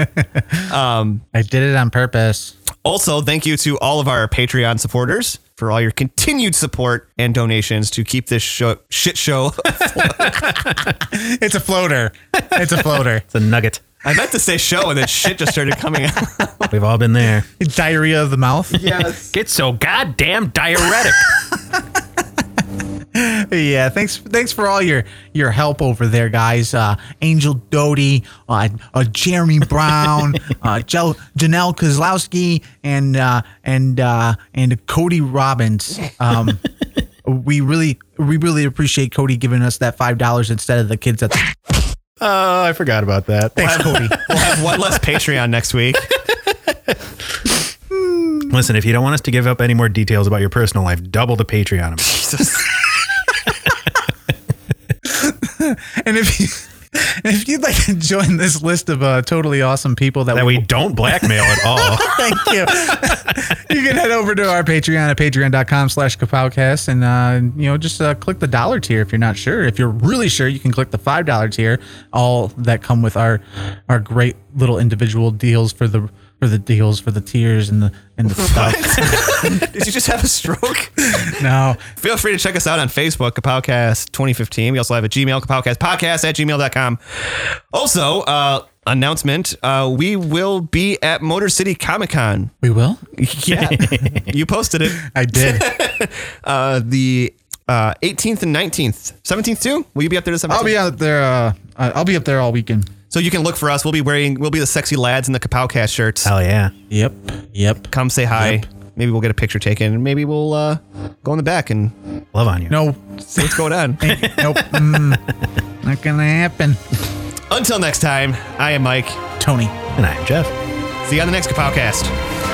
S3: I did it on purpose.
S1: also, thank you to all of our Patreon supporters for all your continued support and donations to keep this show, shit show. (laughs)
S3: It's a floater. It's a (laughs) floater.
S2: It's a nugget.
S1: I meant to say show, and then shit just started coming out.
S2: We've all been there.
S3: Diarrhea of the mouth.
S1: Yes.
S2: Get so goddamn (laughs) diuretic.
S3: Yeah, thanks thanks for all your your help over there, guys. Uh, Angel Doty, uh, uh, Jeremy Brown, uh, Jel- Janelle Kozlowski, and uh, and uh, and Cody Robbins. Um, we really we really appreciate Cody giving us that five dollars instead of the kids. That's
S2: Oh, I forgot about that.
S3: thanks, Cody.
S1: We'll have one less Patreon next week.
S2: (laughs) Listen, if you don't want us to give up any more details about your personal life, double the Patreon. amount.
S3: And if you (laughs) and if you'd like to join this list of uh, totally awesome people that,
S2: That
S3: we
S2: we don't blackmail at (laughs) all.
S3: Thank you. (laughs) you can head over to our Patreon at patreon.com slash kapowcast and, uh, you know, just uh, click the dollar tier if you're not sure. If you're really sure, you can click the $5 tier, all that come with our our great little individual deals for the for the deals, for the tears, and the and the (laughs) stuff.
S1: Did you just have a stroke?
S3: no,
S1: Feel free to check us out on Facebook, Kapowcast 2015. We also have a Gmail, Kapowcast podcast at gmail.com. Also, uh, announcement uh, we will be at Motor City Comic Con.
S3: we will. (laughs)
S1: Yeah. (laughs) you posted it.
S3: I (laughs) did.
S1: Uh, the uh, 18th and 19th. 17th too? Will you be up there the 17th?
S3: I'll be out there. Uh, uh, I'll be up there all weekend.
S1: So you can look for us. We'll be wearing, we'll be the sexy lads in the Kapowcast shirts.
S2: Hell yeah.
S3: Yep. Yep.
S1: Come say hi.
S3: Oh. Yep.
S1: Maybe we'll get a picture taken. Maybe we'll uh, go in the back and
S2: Love on you.
S3: No.
S1: see what's going
S3: (laughs)
S1: on.
S3: nope. Mm, not gonna happen.
S1: Until next time, I am Mike.
S3: Tony.
S2: And I'm Jeff.
S1: See you on the next Kapowcast.